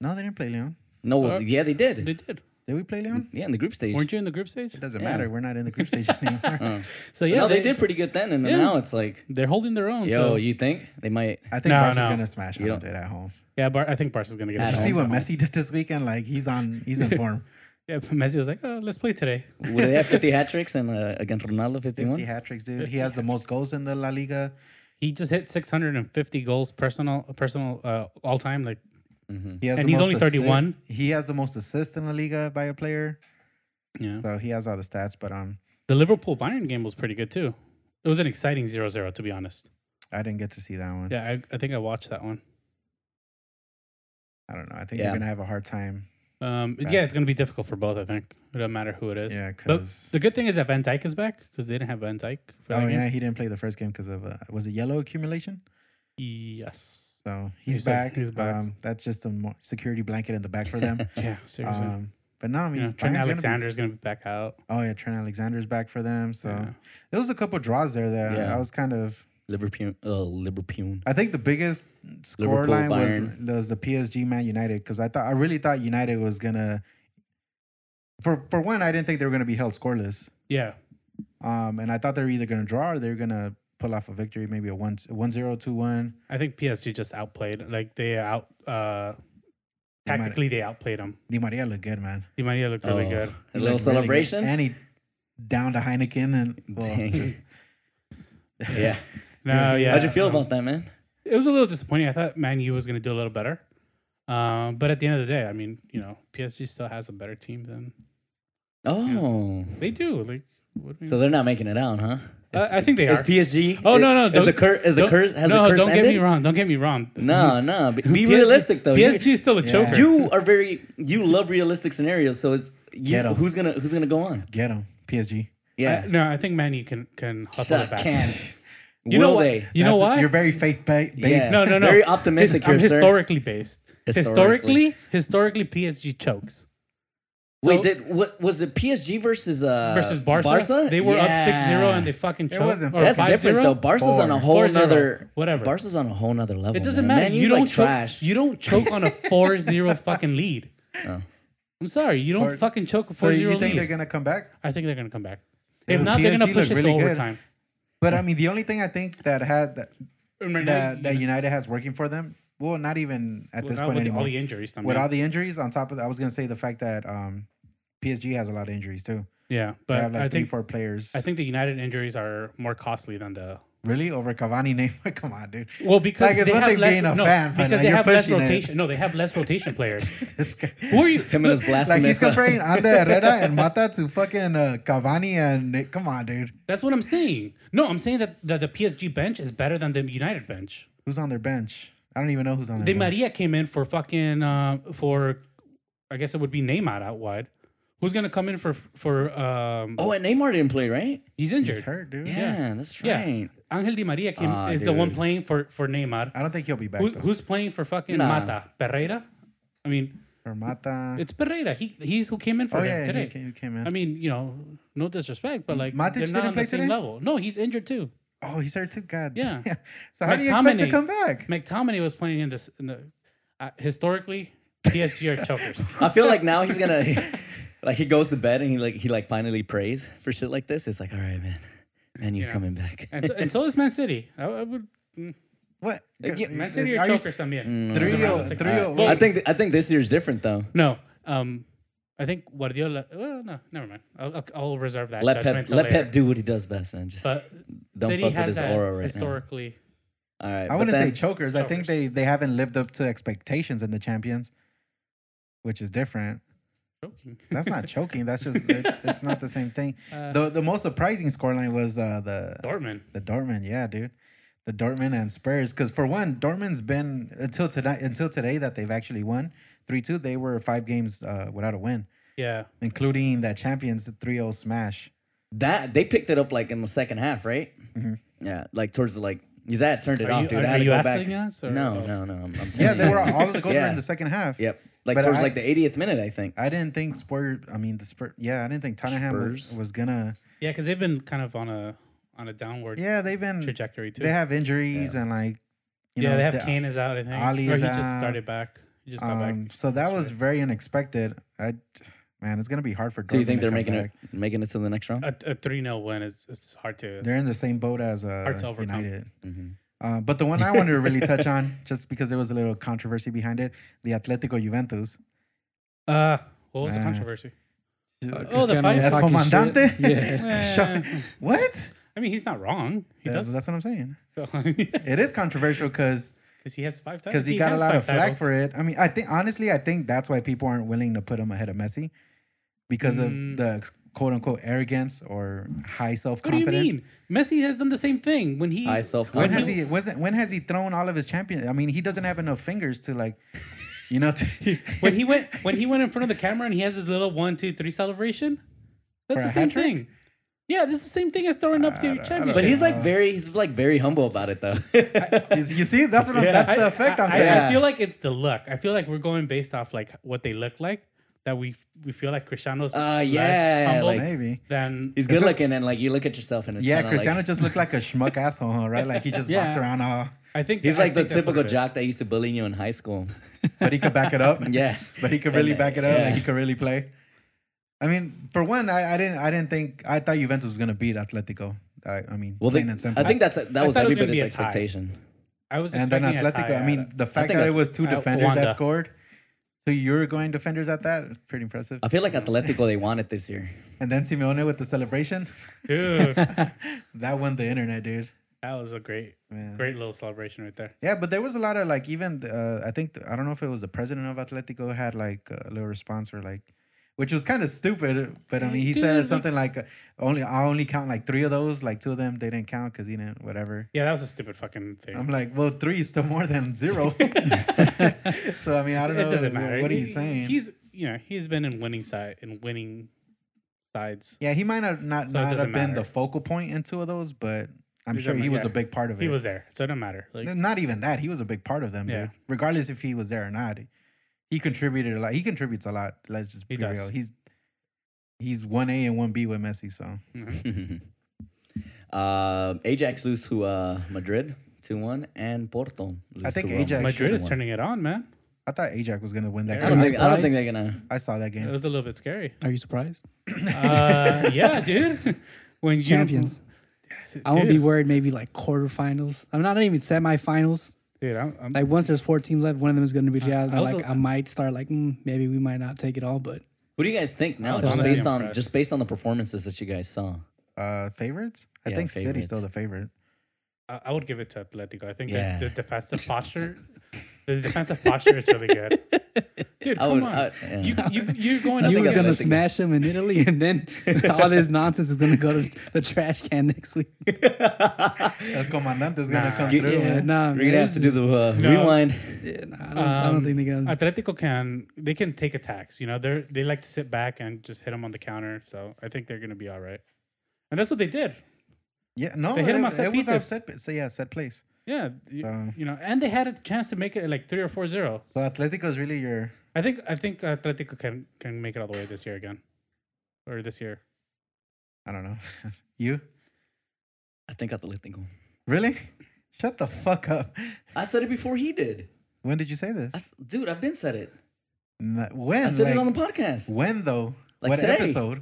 No, they didn't play Leon. No, Uh, yeah, they did. They did. Did we play Leon? yeah, in the group stage. Weren't you in the group stage? It doesn't Yeah. matter. We're not in the group stage anymore. Oh. So yeah, no, they, did pretty good then, and then Yeah. now it's like, They're holding their own. yo, so. you think they might? I think No, Barca's no. gonna smash You don't- Holland at home. yeah, Bar- I think Barca's gonna get. At it. Did home. you see what Messi did this weekend? Like he's on, he's in form. Yeah, Messi was like, oh, let's play today. Would they have 50 hat tricks and uh, against Ronaldo 50 51? hat tricks, dude. He has the most goals in the La Liga. He just hit 650 goals personal, personal uh, all time. Like, Mm-hmm. He has And the he's most only assi- 31. He has the most assists in La Liga by a player, yeah. so he has all the stats. But um, The Liverpool Bayern game was pretty good too. It was an exciting 0-0, to be honest. I didn't get to see that one. Yeah, I, I think I watched that one. I don't know. I think Yeah. they're gonna have a hard time. Um, it- Back. yeah, it's gonna be difficult for both. I think it doesn't matter who it is. Yeah, But 'cause- the good thing is that Van Dyke is back because they didn't have Van Dyke for that Oh yeah, game. he didn't play the first game because of uh, was it yellow accumulation? Yes. So he's, He's a- back. he's back. Um, that's just a more security blanket in the back for them. Yeah, seriously. um, but no, I mean you know, Trent Bayern's gonna be- Alexander is gonna be back out. oh yeah, Trent Alexander's back for them. So Yeah. there was a couple draws there that Yeah. I was kind of Liverpool. Uh, Liverpool. I think the biggest Liverpool, scoreline Bayern. was, was the PSG Man United because I thought I really thought United was gonna. For for one, I didn't think they were gonna be held scoreless, Yeah, um, and I thought they were either gonna draw or they were gonna pull off a victory, maybe a one one zero two one. I think PSG just outplayed. Like they out uh, They might- tactically they outplayed them. Di Maria looked good, man. Di Maria looked really Oh, good. A He little looked really good. celebration. and he down to Heineken and well, Dang. just- yeah. No, yeah. How'd you feel um, about that, man? It was a little disappointing. I thought Man U was going to do a little better, um, but at the end of the day, I mean, you know, PSG still has a better team than Oh, they do. Like, what do you so they're not making it out, huh? I- I think they Is are. PSG? Uh, Oh, no, no, Is the don't- curse? Is the Don't- curse? Has no, the curse don't ended? get me wrong. Don't get me wrong. No, no. Be, PSG be realistic though. You- PSG is still a choker. You are very. You love realistic scenarios, so it's you, Get 'em. who's gonna who's gonna go on? get him PSG. I- Yeah. no, I think Man U can can hustle it Suck back. can. You Will know why? they? You know That's- why? You're very faith ba- based. no, no, no. Very optimistic His- I'm here, sir. historically based. Historically, Historically. historically, PSG chokes So- Wait, did what was it? PSG versus uh versus Barca. They were up 6-0 and they fucking choked. wasn't or fair. That's different 5-0. though. Barca's on a whole 4-0, nother whatever. Barca's on a whole nother level. It doesn't man. matter. Man, you he's don't like choke, trash. Oh. You don't choke on a 4-0 fucking lead. I'm sorry, you don't fucking choke a 4-0 So you think lead. they're gonna come back? I think they're gonna come back. If Dude, not, they're gonna PSG push look it really to good. overtime. But I mean, the only thing I think that had that And right now, that, that United has working for them, well, not even at well, this not point with anymore. all the injuries. I with mean. all the injuries, on top of that, I was gonna say the fact that um, PSG has a lot of injuries too. yeah, They but have like I three, think four players. I think the United injuries are more costly than the really over Cavani, Neymar. Come on, dude. well because Like, it's they one have thing less, being a no, fan, but, because like, they you're have less pushing it. rotation. No, they have less rotation players. This guy. Who are you? Him and his blasphemy. Like he's son. comparing Ander Herrera and Mata to fucking uh, Cavani and Ne- come on, dude. That's what I'm saying. No, I'm saying that, that the PSG bench is better than the United bench. Who's on their bench? I don't even know who's on their De bench. Maria came in for fucking uh, for, I guess it would be Neymar out wide. Who's gonna come in for for? Um, Oh, and Neymar didn't play, right? he's injured. He's hurt, dude. Yeah, that's Yeah, right. Angel Di Maria came, Ah, is the one dude. playing for for Neymar. I don't think he'll be back Who, though. who's playing for fucking Nah. Mata Pereira? I mean, Or Mata. it's Pereira. He he's who came in for oh him yeah, today. he came, he came in. I mean, you know, no disrespect, but like Matic they're didn't not on play the same today? level. No, he's injured too. oh, he's hurt too. God. Yeah. damn. So how do you expect to McTominay. come back? McTominay was playing in this. In the, uh, historically, PSG are chokers. I feel like now he's gonna like he goes to bed and he like he like finally prays for shit like this. It's like, all right, man, man, he's Yeah. coming back. and so, and so is Man City. I, I would What? yeah, Man City Are are you- chokers también. Mm. Three Around oh- the six- three oh- Well, I think I think this year's different though. no. Um, I think Guardiola. Well, no, never mind. I'll, I'll- I'll reserve that. Let judgment Pep till let later. Pep do what he does best, man. Just But don't City fuck with has his that aura right historically. now. All right, I but wouldn't say then- chokers. I think Chokers. they they haven't lived up to expectations in the champions, which is different. Choking. That's not choking. That's just it's, it's not the same thing. Uh, the the most surprising scoreline was uh, the Dortmund. the Dortmund. Yeah, dude, the Dortmund and Spurs. Because for one, Dortmund's been until tonight until today that they've actually won three two. They were five games uh, without a win, Yeah. including that Champions 3-0 smash. that they picked it up like in the second half, right? Mm-hmm. Yeah, like towards the like. Zad turned it Are off, you- dude. are- I had are to you go back. asking us, or- no, oh. no, no. I'm, I'm Yeah, telling they you. were all the goals were Yeah. in the second half. Yep, like But towards I- like the 80th minute, I think. I didn't think Spurs. I mean, the Spurs. Yeah, I didn't think Tottenham was, Spurs. was gonna. Yeah, because they've been kind of on a on a downward Yeah, they've been. trajectory too. They have injuries and like. You yeah, know, they have the- Kane is out. I think. Ali or is he just out. started back. He just got Um, back. so that was very unexpected. I, man, it's gonna be hard for. So you Dortmund think to they're come making back. it making it to the next round? a, a 3 0 win is it's hard to. They're in the same boat as uh, Hard to overcome. United. Mm-hmm. Uh, but the one I wanted to really touch on, just because there was a little controversy behind it, the Atletico Juventus. Uh, what was the Nah. controversy? Cristiano Oh, the fight- talking El shit. Comandante? Yeah. Eh, What? I mean, he's not wrong. He That- does. that's what I'm saying. so, because It is controversial because he has five titles. because he, got a has lot five of flack titles. for it. I mean, I think honestly, I think that's why people aren't willing to put him ahead of Messi because of the quote unquote arrogance or high self Mm. What do you confidence. mean? Messi has done the same thing when he. High When self-confidence. has he wasn't when has he thrown all of his champions? I mean, he doesn't have enough fingers to like, you know. To, when he went when he went in front of the camera and he has his little one two three celebration. That's For the a same hat trick? thing. Yeah, this is the same thing as throwing up to your championship. But he's like uh, very he's like very humble about it though. you see, that's what I'm, that's the effect I, am I- saying. I feel like it's the look. I feel like we're going based off like what they look like. That we we feel like Cristiano's Uh, yeah, less humble like- Maybe. than He's It's good just- looking and like you look at yourself and it's Yeah, kinda Cristiano Like, just looked like a schmuck asshole, huh, right? Like he just walks Yeah. around uh, all, I think he's I like the think that's what typical it is. jock that used to bully you in high school. but he could back it up. Yeah. but he could really And, uh, back it up. yeah. Like he could really play. I mean, for one, I, I didn't I didn't think I thought Juventus was gonna beat Atletico. I, I mean, Well, they, plain and simple. I think that's a, that I was thought it was gonna be a everybody's tie. expectation. I was and expecting then a tie Atletico. I out mean, of- the fact think that I- it was two I- defenders Wanda. that scored. So you're going defenders at that? It's Pretty impressive. I feel like Atletico they won it this year. And then Simeone with the celebration. dude, that That won the internet, dude. was a great, Man. great little celebration right there. Yeah, but there was a lot of like even uh, I think I don't know if it was the president of Atletico had like a little response or like, which was kind of stupid. But I mean, he said Dude. something like, uh, "Only I only count like three of those. Like two of them they didn't count because he didn't whatever." Yeah, that was a stupid fucking thing. I'm like, well, three is still more than zero. so I mean, I don't know. it doesn't matter. What are you He- saying? He's you know he's been in winning side in winning sides. yeah, he might not not, So it not have doesn't been matter. the focal point in two of those, but I'm These sure are my- he was yeah. a big part of it. He was there, so it don't matter. Like, not even that. He was a big part of them, Yeah. dude. Regardless if he was there or not, he contributed a lot. He contributes a lot. Let's just He be does. real. He's he's one A and one B with Messi. So Uh, Ajax lose to uh, Madrid 2 1, and Porto lose I think to Roma. Ajax- Madrid is One. turning it on, man. I thought Ajax was gonna win that. I Game. don't, Are think, you I don't think surprised? they're going to. I saw that It game. was a little bit scary. Are you surprised? Uh, yeah, dude. When It's you, champions. I won't be dude. worried. Maybe like quarterfinals. I'm not, not even semifinals. dude, I'm, I'm, Like once there's four teams left, one of them is going to be Real. I was like a- I might start like mm, maybe we might not take it all, but Who do you guys think now? was Just honestly based on impressed. just based on the performances that you guys saw. Uh, favorites? I Yeah, think City's favorites. still the favorite. I I would give it to Atletico. I think Yeah. the, the defensive posture, the defensive posture is really good. Dude, I come would- on. I- yeah. you, you, you're going you up was I going to let it go. smash them in Italy, and then all this nonsense is going to go to the trash can next week. El Comandante's gonna come Get- through. Yeah, man. nah, We're going man, to have this to do is- the Um, uh, No. rewind. Yeah, nah, I, don't, I don't think they got. Atletico can they can take attacks. You know, they are they like to sit back and just hit them on the counter. So I think they're going to be all right. And that's what they did. Yeah, no, They hit it, him on set it was pieces. set, so yeah, set place. Yeah, you, So- you know, and they had a chance to make it like three or four zero. So Atletico is really your I think I think Atletico can can make it all the way this year again, or this year. I don't know. you I think Atletico. really? Shut the fuck up. I said it before he did. When did you say this? I s dude, I've been said it. N- when? I said it Like, on the podcast. when though? Like what today. episode?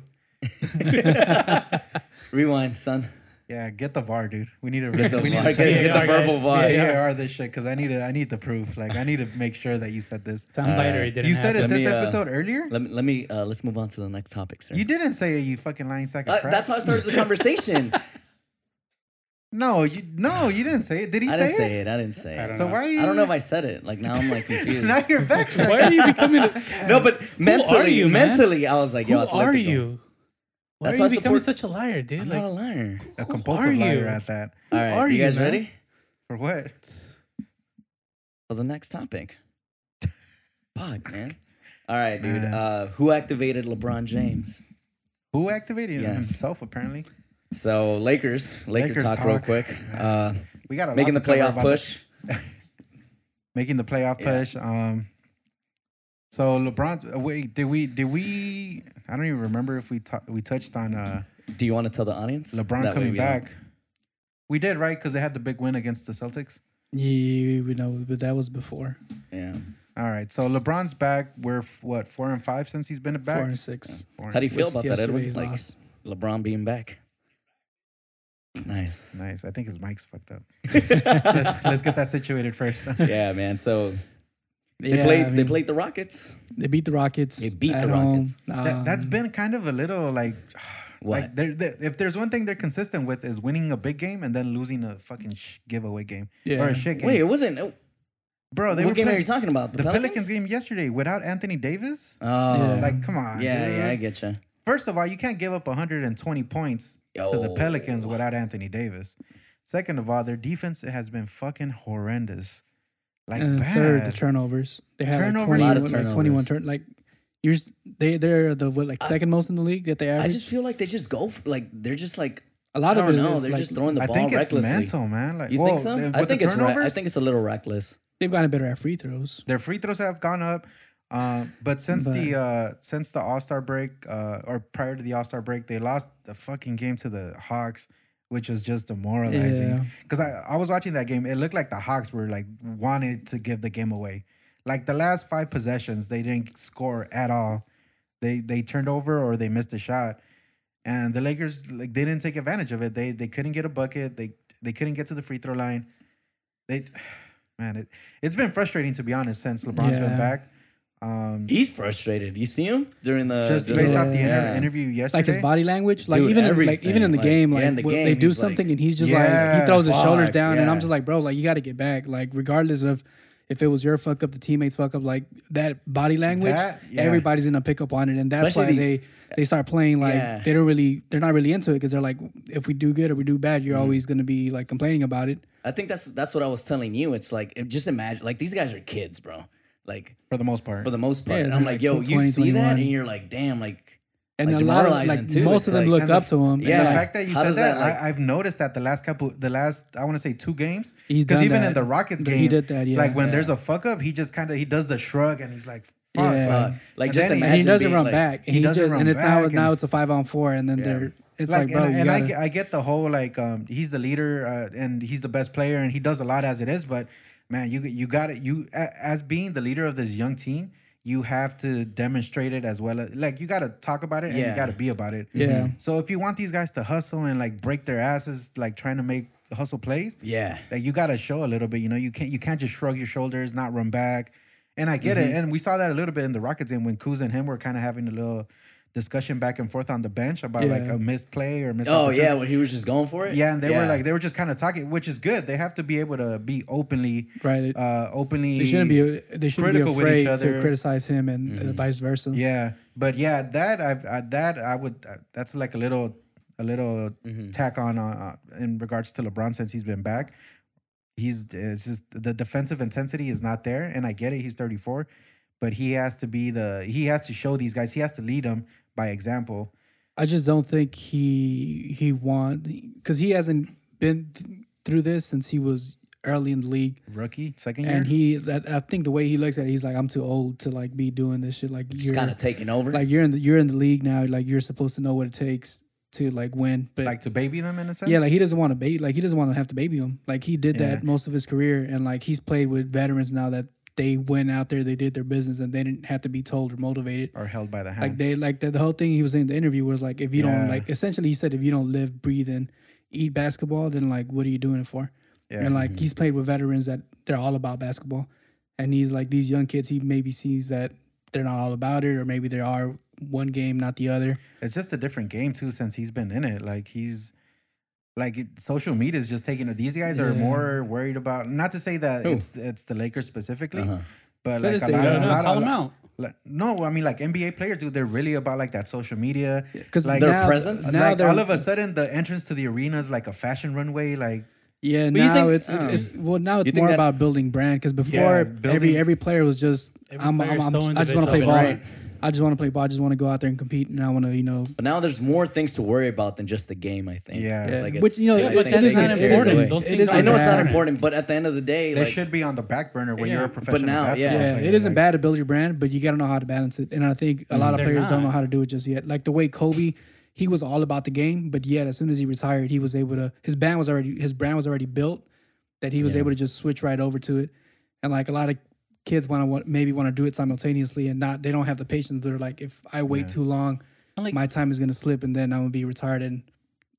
Rewind, son. Yeah, get the VAR, dude. We need to Get the we need VAR. to Get, Yeah, check get the sorry, guys. purple VAR. Yeah, AAR this shit because I need to I need the proof. Like I need to make sure that you said this. Soundbiter, Uh, it didn't You said happen. it Let this me, uh, episode earlier. Let me, let me uh, let's move on to the next topic, sir. You didn't say it, you fucking lying sack of Uh, crap. that's how I started the conversation. no, you no, you didn't say it. Did he I say, didn't say it? it. I didn't say I it. don't So why are you? I don't know if I said it. Like now I'm like confused. now you're back. Why are you becoming? no, but mentally, you, man? mentally, I was like, Who yo, are Atletico. you? Why That's are why you I becoming support- such a liar, dude? I'm like, not a liar. a are compulsive you? liar at that. All right, are you you, guys man? ready For what? for the next topic? Fuck, man. All right, dude. Man. Uh, who activated LeBron James? Who activated him? Yes. himself? Apparently, So Lakers, Laker Lakers talk, real talk. quick. Uh, we got a lot making to the playoff cover about push. making the playoff Yeah. push. Um, so LeBron, wait, did we did we? I don't even remember if we ta- we touched on uh, Do you want to tell the audience? LeBron That way coming we don't- back. We did right because they had the big win against the Celtics. Yeah, we know, but that was before Yeah. All right, so LeBron's back. We're f- what four and five since he's been back. four and six. Four and How do you six. feel about that, Edwin? Yesterday's Like loss. LeBron being back. Nice. Nice. I think his mic's fucked up. let's, let's get that situated first. Yeah, man. So they Yeah, played. I they mean, played the Rockets. They beat the Rockets. They beat at the home. Rockets. that, that's Um, been kind of a little like, What? like they're, they if there's one thing they're consistent with is winning a big game and then losing a fucking sh- giveaway game or Yeah. a shit game. Wait, it wasn't. uh, Bro, they what were game playing, are you talking about? the Pelicans? game yesterday without Anthony Davis. Oh, yeah, Like, come on. yeah, dude. I get you. First of all, you can't give up 120 points to the Yo. Pelicans without Anthony Davis. Second of all, their defense has been fucking horrendous. Like and bad. third, the turnovers. They had like Turnovers. 20 A lot of like 21 turnovers. turn like you're s- they they're the what, like second most in the league that they I average. just feel like they just go for, like they're just like a lot I of it don't is know. just, They're like, just throwing the I ball think it's recklessly. mental, man. Like, You whoa, think so? then I with think the it's re- turnovers, I think it's a little reckless. they've gotten better at free throws. their free throws have gone up. Uh, but since the uh, since the All Star break, uh, or prior to the All Star break, they lost the fucking game to the Hawks, which was just Yeah. demoralizing. Because I, I was watching that game, it looked like the Hawks were like wanted to give the game away. Like the last five possessions, they didn't score at all. They they turned over or they missed a shot, and the Lakers like they didn't take advantage of it. They they couldn't get a bucket. They they couldn't get to the free throw line. They man, it it's been frustrating to be honest since LeBron's Yeah. been back. Um, He's frustrated. You see him during Uh, the just during based the- off the inter- yeah. interview yesterday, Like his body language, like Dude, even in, like even in everything, the like, game, yeah, like in the what- they game, do he's something like, and he's just like "Yeah, he throws his shoulders fuck, down, and I'm yeah." just like, bro, like you got to get back, like regardless of if it was your fuck up, the teammates fuck up, like that body language, That- yeah. everybody's gonna pick up on it, and that's Especially why the- they they start playing like Yeah. they don't really they're not really into it because they're like, if we do good or we do bad, Mm-hmm. you're always gonna be like complaining about it. I think that's that's what I was telling you. It's like it- just imagine like these guys are kids, bro. Like for the most part. for the most part, Yeah, and they're I'm like, like yo, 20, you see that, 21. and you're like, damn, like and Like, a lot of demoralizing, like too. most It's of them like- look And the up to him. Yeah, and And the they're like, fact that you how said does that, that, like- I, I've noticed that the last couple, the last, I want to say two games, He's because done even that. in the Rockets He game, did that, yeah. like when Yeah. there's a fuck up, he just kind of he does the shrug and he's like, fuck, Yeah. Fuck. Like, and just then and he- he imagine doesn't being, run like- back. He He, doesn't just run and it's now back now and- it's a five on four, and then they're it's like, like, bro, and, you and I, gotta- get- I get the whole like um, he's the leader uh, and he's the best player and he does a lot as it is, but man, you you got it. You a- as being the leader of this young team, you have to demonstrate it as well. as- Like you got to talk about it and Yeah. you got to be about it. Yeah. So if you want these guys to hustle and like break their asses, like trying to make hustle plays, Yeah. like you got to show a little bit. You know, you can't you can't just shrug your shoulders, not run back. And I get Mm-hmm. it. And we saw that a little bit in the Rockets game when Kuz and him were kind of having a little discussion back and forth on the bench about like Yeah. a missed play or missed. Oh yeah, opportunity. when he was just going for it. Yeah, and they were like they were just kind of talking, which is good. They have to be able to be openly, Right. Uh, openly. they shouldn't be they shouldn't be critical with afraid each to other. criticize him and uh, vice versa. Yeah, but yeah, that I've I, that I would uh, that's like a little a little Mm-hmm. tack on uh, uh, in regards to LeBron since he's been back. He's it's just the defensive intensity is not there, and I get it. He's thirty four, but he has to be the he has to show these guys. He has to lead them by example. I just don't think he he want because he hasn't been th- through this since he was early in the league. Rookie second year, And he, that, I think the way he looks at it, he's like, I'm too old to like be doing this shit. Like, just kind of taking over. like you're in the you're in the league now. Like, you're supposed to know what it takes to like win. But like to baby them in a sense. yeah, like he doesn't want to baby. Like he doesn't want to have to baby him. Like he did Yeah. that most of his career, and like he's played with veterans now that they went out there, they did their business, and they didn't have to be told or motivated. or held by the hand. Like they like the, the whole thing he was saying in the interview was like if you Mm. Yeah. don't like essentially he said if you don't live, breathe, and eat basketball, then like what are you doing it for? Yeah. And like he's played with veterans that they're all about basketball, and he's like these young kids he maybe sees that they're not all about it, or maybe they are one game not the other. it's just a different game too since he's been in it. Like he's like it, social media is just taking these guys are Yeah. more worried about. Not to say that it's it's the Lakers specifically, but Let like us a say lot, that. No, of, a no, lot call of, him out. like- no, I mean like NBA players, dude. They're really about like that social media. Because like their Their presence? now like they're all of a sudden the entrance to the arena is like a fashion runway. Like Yeah, you now think- it's, it's it's well now it's think more that- about building brand because before Yeah, building- every every player was just Every I'm, player I'm, is I'm so I just want to play ball. individual. Right. I just want to play ball. I just want to go out there and compete, and I want to you know. but now there's more things to worry about than just the game. I think. Yeah. Yeah. Like, Which it's- you know, they Yeah, but it- think it that's they isn't not can it take it isn't- important. away. Those it things isn't I know it's not bad. important, but at the end of the day, they like, should be on the back burner when you're Yeah. a But professional now, basketball yeah. Yeah, player. it isn't like, bad to build your brand, but you got to know how to balance it. And I think a lot of They're players don't not. know how to do it just yet. Like the way Kobe, he was all about the game, but yet as soon as he retired, he was able to. His band was already his brand was already built, that he was able to just switch right over to it. And like a lot of kids want to want, maybe want to do it simultaneously and not. They don't have the patience. They're like, if I wait too long, Like- my time is gonna slip, and then I'm gonna be retired, and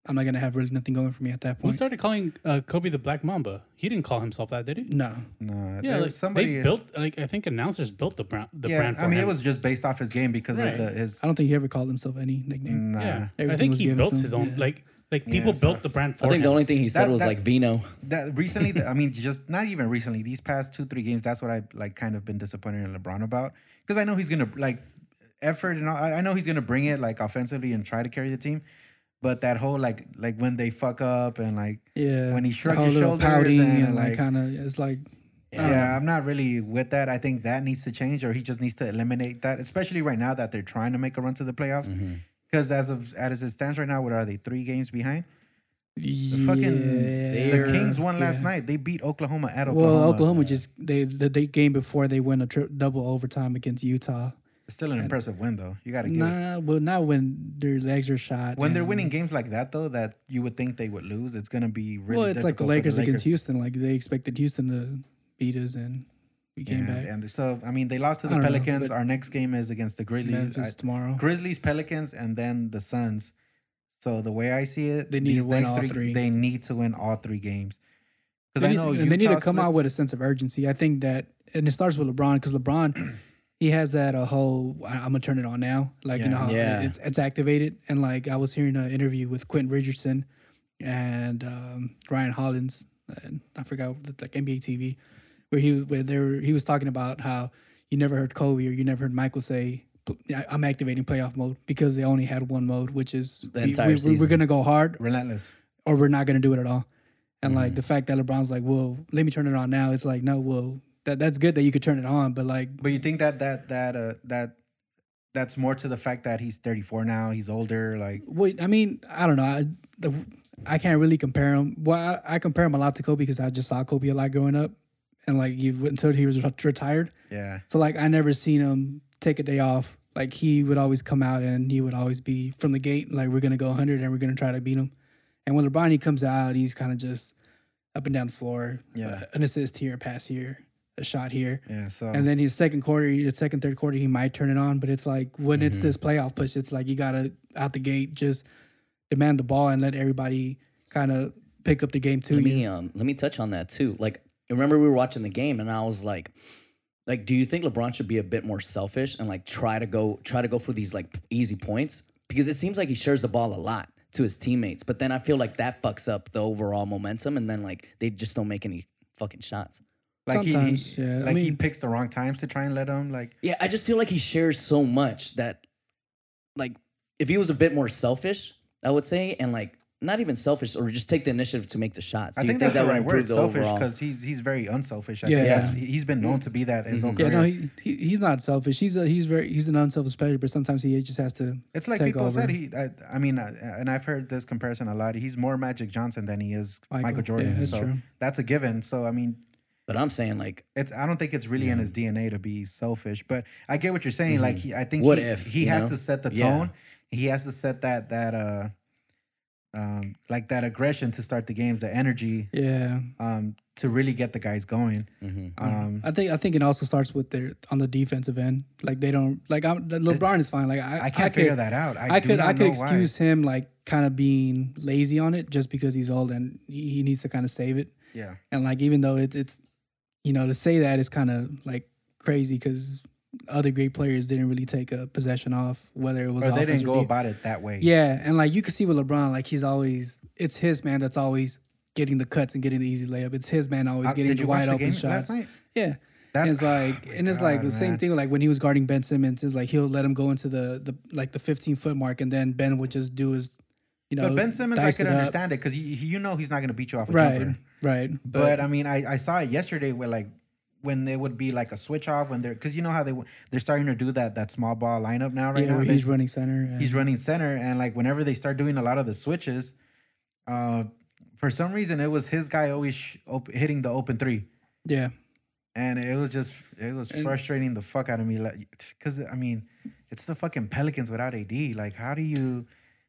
I'm not gonna have really nothing going for me at that Who point. started calling uh, Kobe the Black Mamba? He didn't call himself that, did he? No, No, Yeah, there like was somebody uh, they built. Like I think announcers built the brand. The Yeah, brand. For I mean him. it was just based off his game because Right. of the his. I don't think he ever called himself any nickname. Nah. Yeah, I Everything think was he given built to him. his own. Yeah. Like like people so- built the brand for I think him. the only thing he said That- was that- like Vino. that recently th- i mean just not even recently these past two three games that's what i like kind of been disappointed in lebron about because i know he's gonna like effort and all, I, I know he's gonna bring it like offensively and try to carry the team but that whole like like when they fuck up and like Yeah, when he the shrugged whole his little shoulders pouting and, like like- kind of it's like yeah, i'm not really with that i think that needs to change or he just needs to eliminate that especially right now that they're trying to make a run to the playoffs Mm-hmm. because as of as it stands right now what are they three games behind the fucking the They're- kings won last night they beat oklahoma at oklahoma Well, Oklahoma just they the, the game before they win a tri- double overtime against Utah. Still an impressive win, though. You got to give it. Nah, well, not when their legs are shot. When they're and- winning games like that, though, that you would think they would lose, it's going to be really well, it's like the difficult for Lakers, against Houston. Like they expected Houston to beat us, and we came Yeah, back. and so I mean, they lost to I the don't know, Pelicans. but- Our next game is against the Grizzlies. Memphis I- tomorrow. Grizzlies, Pelicans, and then the Suns. So the way I see it, They need to these win next all three. They need to win all three games. Because They I need- know and they need to Utah come slipped- out with a sense of urgency. I think that, and it starts with LeBron because LeBron, he has that a whole "I- I'm gonna turn it on now, like you know, how Yeah. it's it's activated. And like I was hearing an interview with Quentin Richardson and um, Ryan Hollins, and I forgot like NBA TV, where he where they were, he was talking about how you never heard Kobe or you never heard Michael say. "I- I'm activating playoff mode because they only had one mode, which is The we- entire we, we, we're season. gonna go hard relentless. or we're not gonna do it at all. And like the fact that LeBron's like, well, let me turn it on now. It's like, no, well, that that's good that you could turn it on, but like, But you think that that that uh, that that's more to the fact that he's 34 now. He's older. Like Wait, I mean, I don't know. I, the, I can't really compare him. Well, I, I compare him a lot to Kobe because I just saw Kobe a lot growing up, and like you until he was ret- retired. yeah, So like I never seen him take a day off. Like he would always come out and he would always be from the gate. Like we're gonna go 100 and we're gonna try to beat him. And when LeBron he comes out, he's kind of just up and down the floor. Yeah. an assist here, a pass here, a shot here. yeah. So And then his second quarter, his second third quarter, he might turn it on. But it's like when it's this playoff push, it's like you gotta out the gate just demand the ball and let everybody kind of pick up the game to let you. me um let me touch on that too. Like remember we were watching the game and I was like like do you think LeBron should be a bit more selfish and like try to go try to go for these like easy points because it seems like he shares the ball a lot to his teammates but then I feel like that fucks up the overall momentum and then like they just don't make any fucking shots. like he, sometimes, he yeah, I like he mean- picks the wrong times to try and let him like Yeah, I just feel like he shares so much that like if he was a bit more selfish, I would say and like not even selfish or just take the initiative to make the shots. I Do you think that's that the would right improve word, the selfish, overall? because he's he's very unselfish. I Yeah. Mm-hmm. think that's, he's been known to be that his whole Yeah, career. no, he, he he's not selfish. He's a, he's very he's an unselfish player, but sometimes he just has to. it's like take people over. said he. I, I mean, uh, and I've heard this comparison a lot. He's more Magic Johnson than he is Michael, Michael. Jordan. Yeah, that's so true. that's a given. So I mean, but I'm saying like it's I don't think it's really in his DNA to be selfish, but I get what you're saying. Like he, I think Mm-hmm. What he, if, he you has know? to set the Yeah. tone. He has to set that that uh um like that aggression to start the games, the energy Yeah, um to really get the guys going. Um I think I think it also starts with their on the defensive end. Like they don't like I'm, the LeBron is fine. Like I I can't could- figure that out. I, I, do could not I could know excuse him like kind of being lazy on it just because he's old and he he needs to kind of save it. why. Yeah. And like even though it, it's you know to say that is kind of like crazy because other great players didn't really take a possession off whether it was Or they offense didn't go de- about it that way. Yeah, and like you can see with LeBron, like he's always it's his man that's always getting the cuts and getting the easy layup. It's his man always Uh, getting did the you watch wide the open game shots. last night? Yeah. That- and it's like my and it's like God, the same man. thing like when he was guarding Ben Simmons is like he'll let him go into the, the like the 15 foot mark and then Ben would just do his you know But Ben Simmons, I dice could it up. understand it because you know he's not going to beat you off a Right. jumper. Right. But, But um, I mean, I, I saw it yesterday where like when they would be like a switch off when they're because you know how they w- they're starting to do that that small ball lineup now right yeah, now. where They- he's running center. and- he's running center and like whenever they start doing a lot of the switches, uh, for some reason it was his guy always sh- op- hitting the open three. yeah. And it was just it was frustrating the fuck out of me, like because I mean, it's the fucking Pelicans without AD. Like, how do you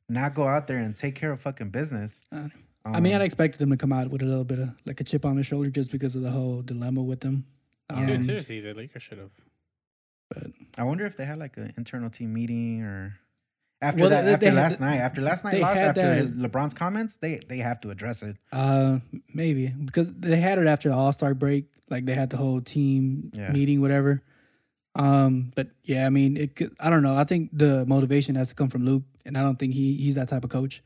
not go out there and take care of fucking business? Uh. I um, mean, I'd expected him to come out with a little bit of like a chip on his shoulder just because of the whole dilemma with them. Dude, Um, seriously, the Lakers should have. I wonder if they had like an internal team meeting or after Well, that they- after they had- last night after last night they loss had after that- LeBron's comments they they have to address it. Uh, maybe because they had it after the All Star break. Like they had the whole team Yeah. meeting, whatever. Um, but yeah, I mean, it. Could, I don't know. I think the motivation has to come from Luke, and I don't think he he's that type of coach.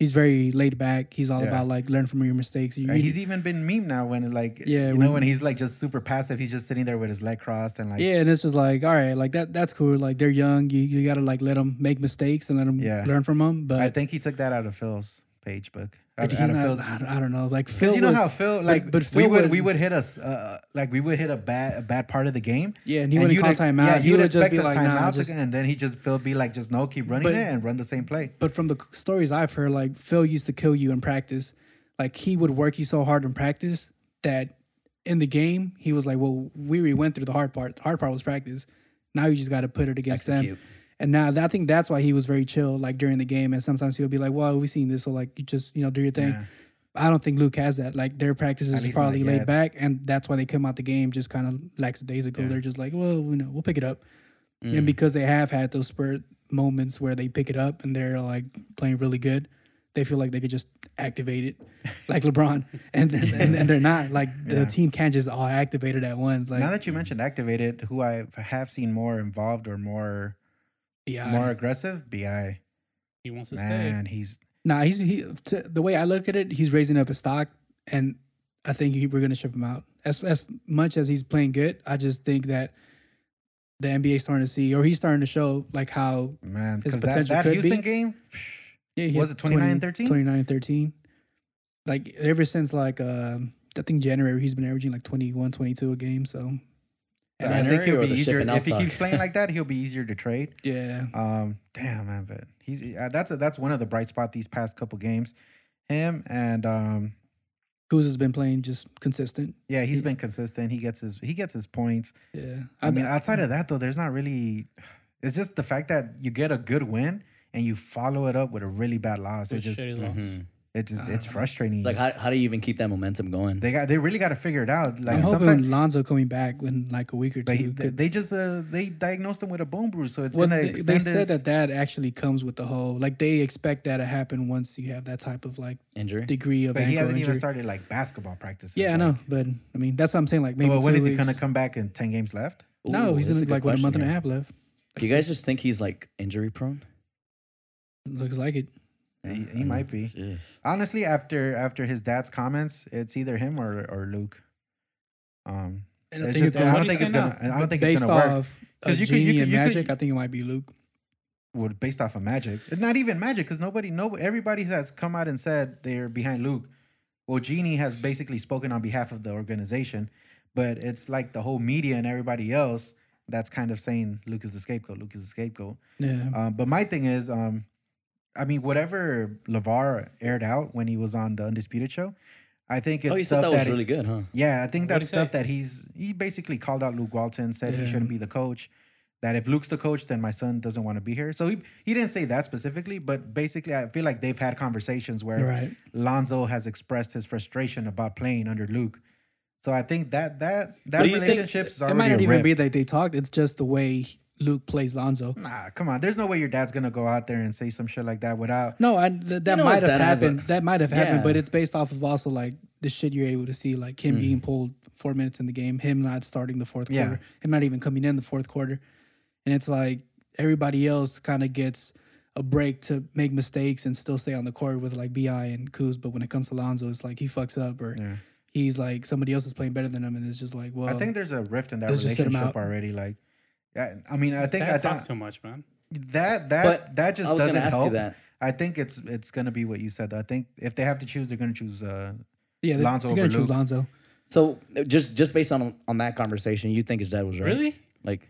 He's very laid back. He's all Yeah. about like learn from your mistakes. You, And Uh, he's even been meme now when like Yeah, you know when- when he's like just super passive he's just sitting there with his leg crossed and like yeah, and it's just like all right, like that. That's cool. Like they're young. You you gotta like let them make mistakes and let them Yeah. learn from them. But I think he took that out of Phil's page book. Out, but out he's of not. Phil's I don't, I don't know. Like Phil, because you know was- how Phil but- like, but, but, Phil we would we would hit us uh, like we would hit a bad a bad part of the game. Yeah, and he wouldn't you'd call ex- timeout. Yeah, He you would would just expect be the like, nah, timeout, to- just- and then he just Phil be like, just no, keep running But- it and run the same play. but from the c- stories I've heard, like Phil used to kill you in practice. Like he would work you so hard in practice that in the game he was like, "Well, we already went through the hard part. The hard part was practice. Now you just got to put it against them." Execute. And now that, I think that's why he was very chill, like during the game. And sometimes he'll be like, "Well, we seen this, so like you just you know do your thing." I don't think Luke has that. Like their practices is least not probably yet. laid back, and that's why they come out the game just kind of lackadaisical. They're just like, "Well, we know we'll pick it up," and because they have had those spurt moments where they pick it up and they're like playing really good, they feel like they could just activate it, like LeBron, and and, and they're not. Like the team can't just all activate it at once. Like Now that you mentioned activated, who I have seen more involved or more yeah, more aggressive, Bi He wants to man, he's Nah, he's he. To, the way I look at it, he's raising up his stock, and I think he, we're gonna ship him out. As as much as he's playing good, I just think that the NBA starting to see, or he's starting to show like how man His because that, potential that could Houston be. game, yeah, he Was had it 29-13? 29-13. Like ever since like um I think January, he's been averaging like 21, 22 a game. So, And I think Binary he'll or be the easier shipping if he outside? keeps playing like that. He'll be easier to trade. Yeah. Um, damn man, but he's uh, that's a, that's one of the bright spot these past couple games. Him and um, Kuz has been playing just consistent. yeah, he's been consistent. He gets his he gets his points. Yeah. I mean, outside mm. of that though, there's not really. It's just the fact that you get a good win and you follow it up with a really bad loss. It Which just mm-hmm. shitty loss. Mhm. it just it's frustrating. Like, how, how do you even keep that momentum going? they got they really got to figure it out. Like I'm hoping sometimes Lonzo coming back in like a week or two. but he, could- they just uh, they diagnosed him with a bone bruise, so it's Well, gonna they, extend they his. said that that actually comes with the whole like they expect that to happen once you have that type of like Injury? degree of but ankle he hasn't injury. even started like basketball practices. yeah, I like- know, but I mean that's what I'm saying. Like So maybe when two is he gonna weeks. come back? In ten games left? No, Ooh, he's that's in a good like what a month and a question. half left. Do you guys just think he's like injury prone? Looks like it. He, I he know. might be. Ugh. Honestly, after after his dad's comments, it's either him or or Luke. Um, And I it's think it's just, I what don't do think you it's say gonna. I don't think it's based gonna work. off of 'Cause you could- you genie could- and you could- magic, I think it might be Luke. Well, based off of magic, not even magic, because nobody, no, everybody has come out and said they're behind Luke. Well, Genie has basically spoken on behalf of the organization, but it's like the whole media and everybody else that's kind of saying Luke is the scapegoat. Luke is the scapegoat. Yeah, Um, but my thing is, um, I mean, whatever Levar aired out when he was on the Undisputed show, I think it's Oh, you stuff thought that that, was really good, huh? yeah, I think What'd that's he say? stuff that he's he basically called out Luke Walton, said he Yeah. shouldn't be the coach. That if Luke's the coach, then my son doesn't want to be here. So he he didn't say that specifically, but basically, I feel like they've had conversations where right. Lonzo has expressed his frustration about playing under Luke. So I think that that that But do you think- relationship is It already might not a even rip. be that they talked. It's just the way Luke plays Lonzo. Nah, Ah, come on. There's no way your dad's gonna go out there and say some shit like that without. No, I, th- that know might if have that has a- happened. that might have happened, but Yeah. it's based off of also like the shit you're able to see, like him being pulled four minutes in the game, him not starting the fourth Mm. Yeah. quarter, him not even coming in the fourth quarter, and it's like everybody else kind of gets a break to make mistakes and still stay on the court with like Bi and Kuz, but when it comes to Lonzo, it's like he fucks up or Yeah. he's like somebody else is playing better than him, and it's just like well, I think there's a rift in that Let's just sit him relationship out. already. Like, I, I mean, I think I Dad think talks too much, man. that that But that just I was gonna doesn't ask you help. that. I think it's it's gonna be what you said. I think if they have to choose, they're gonna choose. Uh, yeah, they- Lonzo they're gonna over choose Luke. Lonzo. So uh, just just based on on that conversation, you think his dad was right? Really? Like,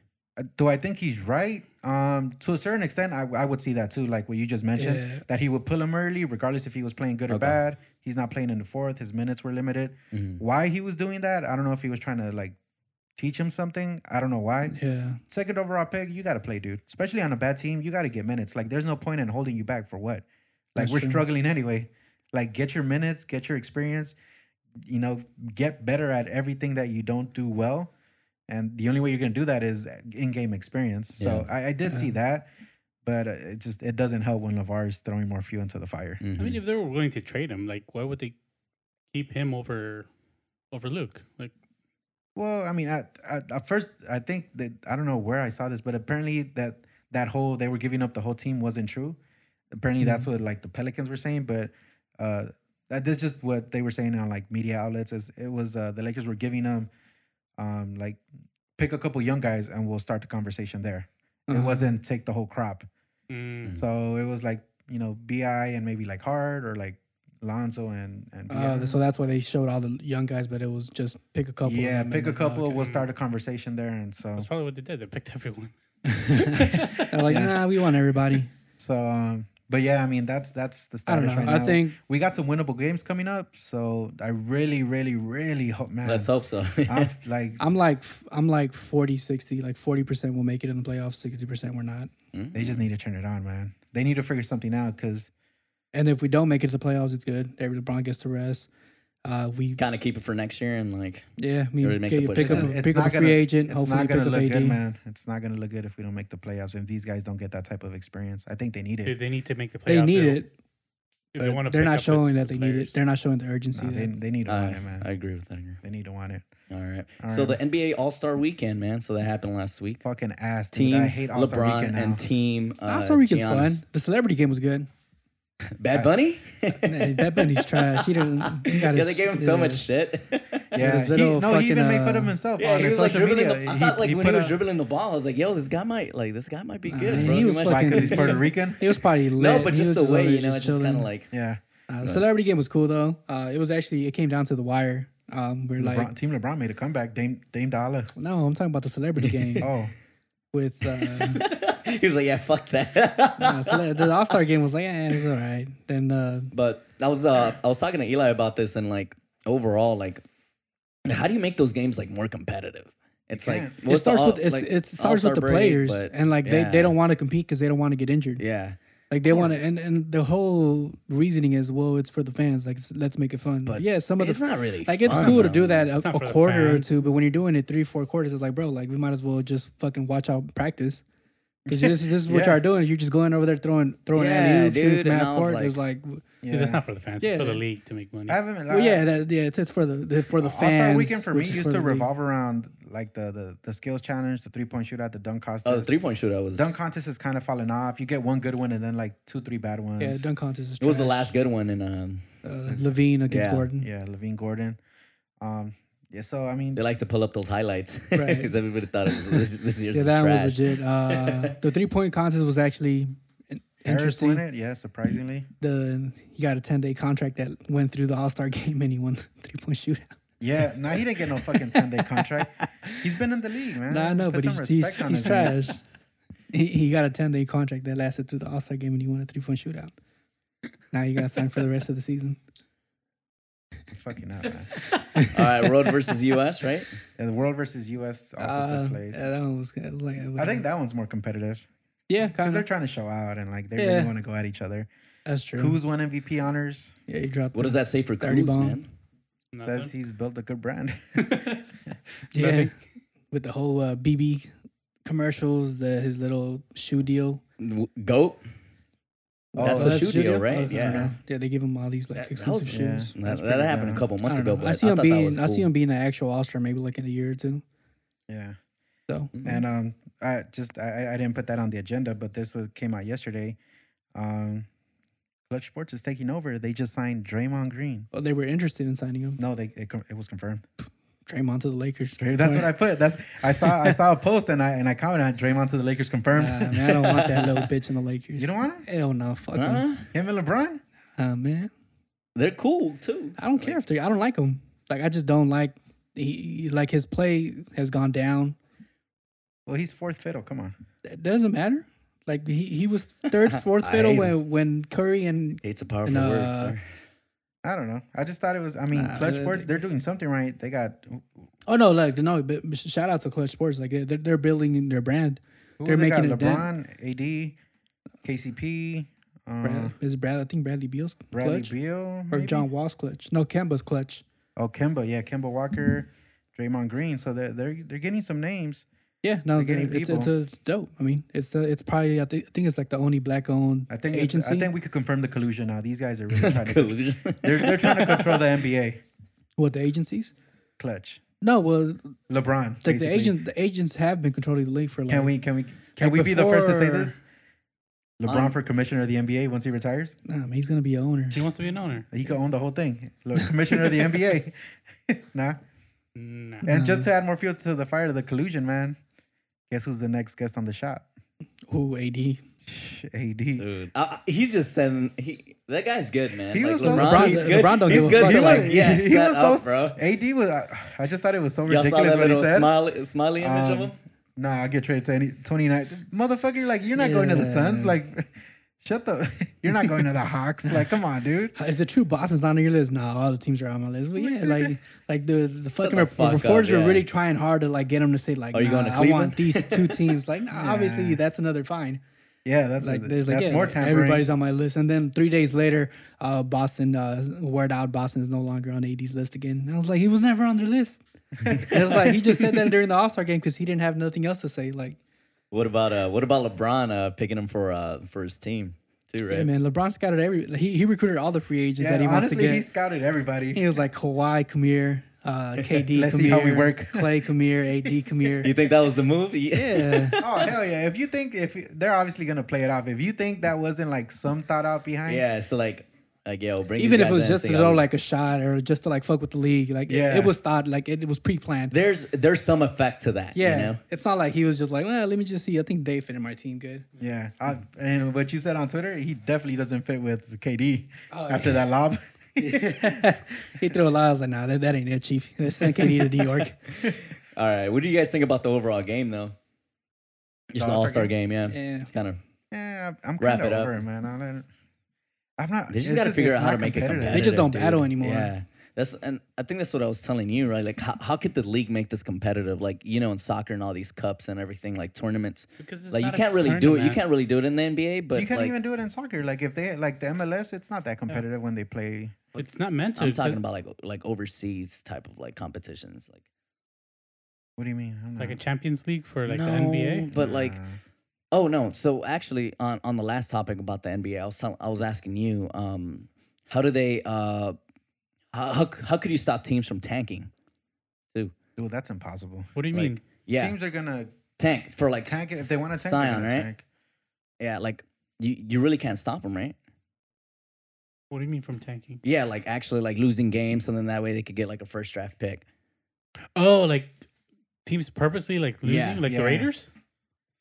do I think he's right? Um, to a certain extent, I, I would see that too. Like what you just mentioned, Yeah. that he would pull him early, regardless if he was playing good or bad. He's not playing in the fourth. His minutes were limited. Mm-hmm. Why he was doing that, I don't know. If he was trying to like teach him something, I don't know why. Yeah, Second overall pick, you got to play, dude. Especially on a bad team, you got to get minutes. Like, there's no point in holding you back for what? Like, That's we're true. struggling anyway. Like, get your minutes, get your experience, you know, get better at everything that you don't do well. And the only way you're going to do that is in game experience. So I, I did see that, but uh, it just it doesn't help when LeVar is throwing more fuel into the fire. mm-hmm. I mean, if they were willing to trade him, like, why would they keep him over over Luke? Like, Well, I mean, at, at, at first, I think that I don't know where I saw this, but apparently that that whole they were giving up the whole team wasn't true. Apparently, that's Mm-hmm. what like the Pelicans were saying, but uh, that that's just what they were saying on like media outlets. Is it was uh, the Lakers were giving them um, like pick a couple young guys and we'll start the conversation there. It Uh-huh. wasn't take the whole crop, Mm-hmm. Mm-hmm. mm, so it was like you know Bi and maybe like Hard or like Lonzo and and Bi. Uh, so that's why they showed all the young guys, but it was just pick a couple. of yeah, them pick and a then- oh, couple. okay. We'll start a conversation there, and so that's probably what they did. They picked everyone. They're like, nah, we want everybody. So, um, but yeah, I mean that's that's the I don't status know. right I now. think- we got some winnable games coming up, so I really, really, really hope, man. let's hope so. I'm like, I'm like, f- I'm like 40, 60, like 40% will make it in the playoffs, 60% we're not. they just need to turn it on, man. They need to figure something out because And if we don't make it to the playoffs, it's good. Every LeBron gets to rest. Uh, we, kind of keep it for next year and like, yeah, I Already mean, make get, the push. pick it's, up, a- it's pick up not a gonna, free agent. it's hopefully, not pick gonna up look AD. good, man. It's not gonna look good if we don't make the playoffs. If these guys don't get that type of experience, I think they need Dude, it. they need to make the playoffs. They need They'll- it, if but wanna they're pick not up the- showing the that they need players. it. They're not showing the urgency. Nah, they, that- they need to I, want it, man. I agree with that. Here. they need to want it. All right. All so right. the NBA All Star Weekend, man. So that happened last week. Fucking ass, dude. Team I hate All Star LeBron Weekend now. and team uh, All-Star Weekend's Giannis. fun. The celebrity game was good. Bad Bunny. Hey, that Bunny's trash. He didn't. He yeah, got his, they gave him so yeah. much shit. yeah, his he, little no, he even fucking, made fun of uh, himself Yeah, on he was his like social dribbling. media. The, I thought like when he put was out- dribbling the ball, I was like, "Yo, this guy might like this guy might be good." man, bro. he You was might- fucking- Why? Because he's Puerto Rican. He was probably lit. no, but He just was the way over you there know, it's just chilling. kind of like Yeah. Uh, the celebrity game was cool though. Uh, it was actually it came down to the wire. Um, we're LeBron, like, Team LeBron made a comeback. Dame Dame Dollar. no, I'm talking about the celebrity game Oh, with uh, He's like, yeah, fuck that. uh, cele- the All Star game was like, eh, it was all right. Then uh, but I was uh, I was talking to Eli about this, and like overall, like, how do you make those games like more competitive? It's like can't. what's it starts the, all- with it's, like, it starts all-star with the break, players, but- and like they, yeah, they don't want to compete because they don't want to get injured. yeah. Like they want to, and, and the whole reasoning is, well, it's for the fans. Like it's, let's make it fun. But yeah, some of the it's not really like it's fun, cool to though. do that It's a, not a for the quarter or fans. two, but when you're doing it three, four quarters, it's like, bro, like we might as well just fucking watch our practice. Because this, this is what Yeah. y'all doing. You're just going over there throwing throwing Yeah, alley oops, dude, shooting and I mad was court. like- it's like, yeah. Dude, that's not for the fans. Yeah, it's for the that- league to make money. I haven't. well, yeah, that, yeah, it's, it's for the, the for the All fans. Star Weekend for me which is used to the league. revolve around like the, the the skills challenge, the three point shootout, the dunk contest. Oh, the three point shootout was dunk contest is kind of falling off. You get one good one and then like two, three bad ones. Yeah, dunk contest is. It was the trash. last good one, and um, uh, Levine against Yeah. Gordon. Yeah, Levine Gordon. Um, yeah. So I mean, they like to pull up those highlights because Right. everybody thought it was this, this year's Yeah, was that trash. was legit. Uh, the three point contest was actually in- Harris won interesting. it. Yeah, surprisingly. The he got a ten day contract that went through the All Star game and he won the three point shootout. Yeah, no, he didn't get no fucking ten day contract. He's been in the league, man. Nah, I know, Put but some he's he's, respect on he's his name. trash. he, he got a ten day contract that lasted through the All Star game and he won a three point shootout. Now he got signed for the rest of the season. Fucking up, man. All right, world versus U.S. Right? And the world versus U.S. also Uh, took place. yeah, that one was, it was like I think that one's more competitive yeah, because kind they're of. trying to show out and like they Yeah. really want to go at each other. That's true. Kuz won MVP honors. yeah, he dropped. What does the- that say for Dirty Cruz, bomb. man? Says he's built a good brand. Yeah, with the whole uh, BB commercials, the his little shoe deal. W- Goat. Oh, That's the that's shoe Studio, deal, right? Okay. yeah. Yeah, they give him all these like That- that exclusive was- yeah. shoes. That, That's that pretty happened bad. a couple I, months don't ago, know. but I see him thought that being was I see cool. him being an actual all star maybe like in a year or two. Yeah. So Mm-hmm. And um, I just I, I- I didn't put that on the agenda, but this was came out yesterday. Um, Clutch Sports is taking over. They just signed Draymond Green. well, they were interested in signing him. No, they it, con- it was confirmed. Draymond to the Lakers. That's what I put. That's I saw I saw a post and I and I commented on Draymond to the Lakers confirmed. Nah, man, I don't want that little bitch in the Lakers. You don't want him? Hell no, fuck him. Huh? Him and LeBron? Uh, man, They're cool too. I don't care if they. I don't like him. Like I just don't like. He like his play has gone down. Well, he's fourth fiddle. Come on. That doesn't matter. Like he, he was third, fourth I fiddle hate when when Curry and It's a powerful And, word, uh, sir. I don't know. I just thought it was. I mean, Nah, Clutch they- Sports. They're doing something right. They got. Who oh no, like no, but shout out to Clutch Sports. Like they're, they're building their brand. They're they're making making a got? dent. LeBron, AD, KCP, uh, Brad, is Brad? I think Bradley Beal's Bradley clutch Beal, or maybe? John Wall's clutch. No, Kemba's clutch. Oh, Kemba. Yeah, Kemba Walker, Draymond Green. So they're they're they're getting some names. Yeah, no, They're getting it's, it's, it's, a, it's dope. I mean, it's a, it's probably I, thi- I think it's like the only black owned I think it's- agency. I think we could confirm the collusion now. These guys are really trying to. Collusion. They're, they're trying to control the NBA. what the agencies? Clutch. No, well, LeBron. like basically. the agent the agents have been controlling the league for like Can we can we can we be the first to say this? LeBron for commissioner of the NBA once he retires, Nah, man, he's gonna be an owner. he wants to be an owner. he could own the whole thing. Look, commissioner of the NBA. nah. No. And just to add more fuel to the fire of the collusion, man, guess who's the next guest on the shot? Who AD? AD. Dude, I, I- Uh, he's just sending. He, that guy's good, man. He like, was so- LeBron, LeBron- he's good. LeBron don't he's give a good. for, fuck. He was- like, yeah, he set was up, so bro. AD was. I, I just thought it was so Y'all saw ridiculous that what he little said. smiley, smiley image of Um, him. Nah, I'll get traded to any 29. Motherfucker, like you're not going to the Suns. Yeah. Like, shut the. You're not going to the Hawks. Like, come on, dude. Is it true Boston's not on your list? Nah, all the teams are on my list. But yeah, like like the the fucking the rep- fuck up, reporters were yeah. really trying hard to like get him to say like, Are you nah, going to I Cleveland? want these two teams. Like, nah, obviously that's another fine. Yeah, that's like a- there's like that's yeah, more like, tampering. everybody's on my list and then three days later uh boston uh word out boston is no longer on 80s list again and i was like he was never on their list and it was like he just said that during the all-star game because he didn't have nothing else to say like What about uh? What about LeBron uh picking him for uh for his team too? Right? hey man lebron scouted every like, he, he recruited all the free agents yeah, that he wants honestly, to get he scouted everybody. he was like Kawhi, come here uh kd Let's come see how we here, work. clay come here ad come here you think that was the move? Yeah. yeah oh hell yeah! If you think if they're obviously gonna play it off, if you think that wasn't like some thought out behind, yeah. So like, like yo, bring even these if it guys was in, just see to how throw we- like a shot or just to like fuck with the league like it- Yeah. it, was thought like it, it was pre-planned there's there's some effect to that. Yeah, You know? it's not like he was just like, well, let me just see. I think they fit in my team good. Oh, yeah. I, and what you said on Twitter, he definitely doesn't fit with KD after that lob. he threw a lot. I was like, nah, that, that ain't it, Chief. This thing can't eat a New York. All right. What do you guys think about the overall game, though? Just an All-Star all star game. yeah. Yeah. It's kind of. Yeah, I'm Wrap it kind of up. over it, man. I don't, I'm not. They just it's got to figure it's out how not to make it competitive. competitive. They just don't dude. battle anymore. Yeah. That's and I think that's what I was telling you, right? Like, how, how could the league make this competitive? Like, you know, in soccer and all these cups and everything, like tournaments. Because it's like, you not a can't really do it. You tournament. can't really do it in the NBA, but you can't like, even do it in soccer. Like if they like the MLS, it's not that competitive when they play. It's not meant to. I'm 'cause- talking about like o- like overseas type of like competitions, like What do you mean? I'm like a not- Champions League for like the NBA. But like, Nah. oh no. So actually, on on the last topic about the NBA, I was tell- I was asking you, um, how do they uh, how how, c- how could you stop teams from tanking? dude, that's impossible. What do you like, mean? Yeah, Teams are gonna tank for like tank it if they want to tank. they're Scion, gonna right? tank. Yeah, like you you really can't stop them, right? What do you mean from tanking? Yeah, like actually like losing games, and then that way they could get like a first draft pick. Oh, like teams purposely like losing, Yeah. like Yeah. the Raiders.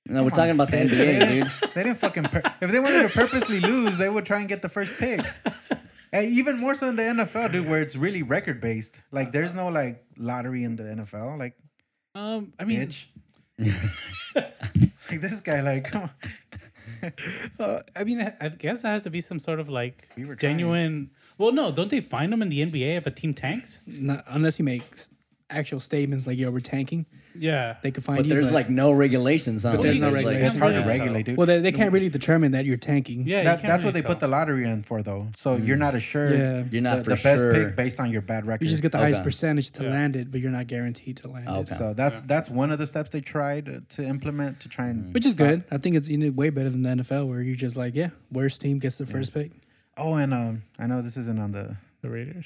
No, we're Come talking on, about the man. NBA, dude. They didn't fucking. Pur- if they wanted to purposely lose, they would try and get the first pick. And even more so in the NFL, dude, where it's really record based. Like, there's no like lottery in the NFL. Like, Um, I mean, bitch. like this guy, like, come on. uh, I mean, I I guess there has to be some sort of like We were trying. genuine. Well, no, don't they find them in the NBA if a team tanks? Not, unless you make s- actual statements like, yo, we're tanking, Yeah, they could find But you. there's like no regulations on. But there's no regulation. it's hard to Yeah. regulate, dude. well, they, they can't really determine that you're tanking. yeah. you that, can't that's what really they put the tell. lottery in for, though. So you're not assured. Yeah. You're not the, for the best sure. pick based on your bad record. You just get the highest Okay. percentage to Yeah. land it, but you're not guaranteed to land Okay. it. So that's that's one of the steps they tried to implement to try and. Which is good. I think it's you know, way better than the NFL, where you're just like, yeah, worst team gets the first pick. Oh, and um, I know this isn't on the the Raiders.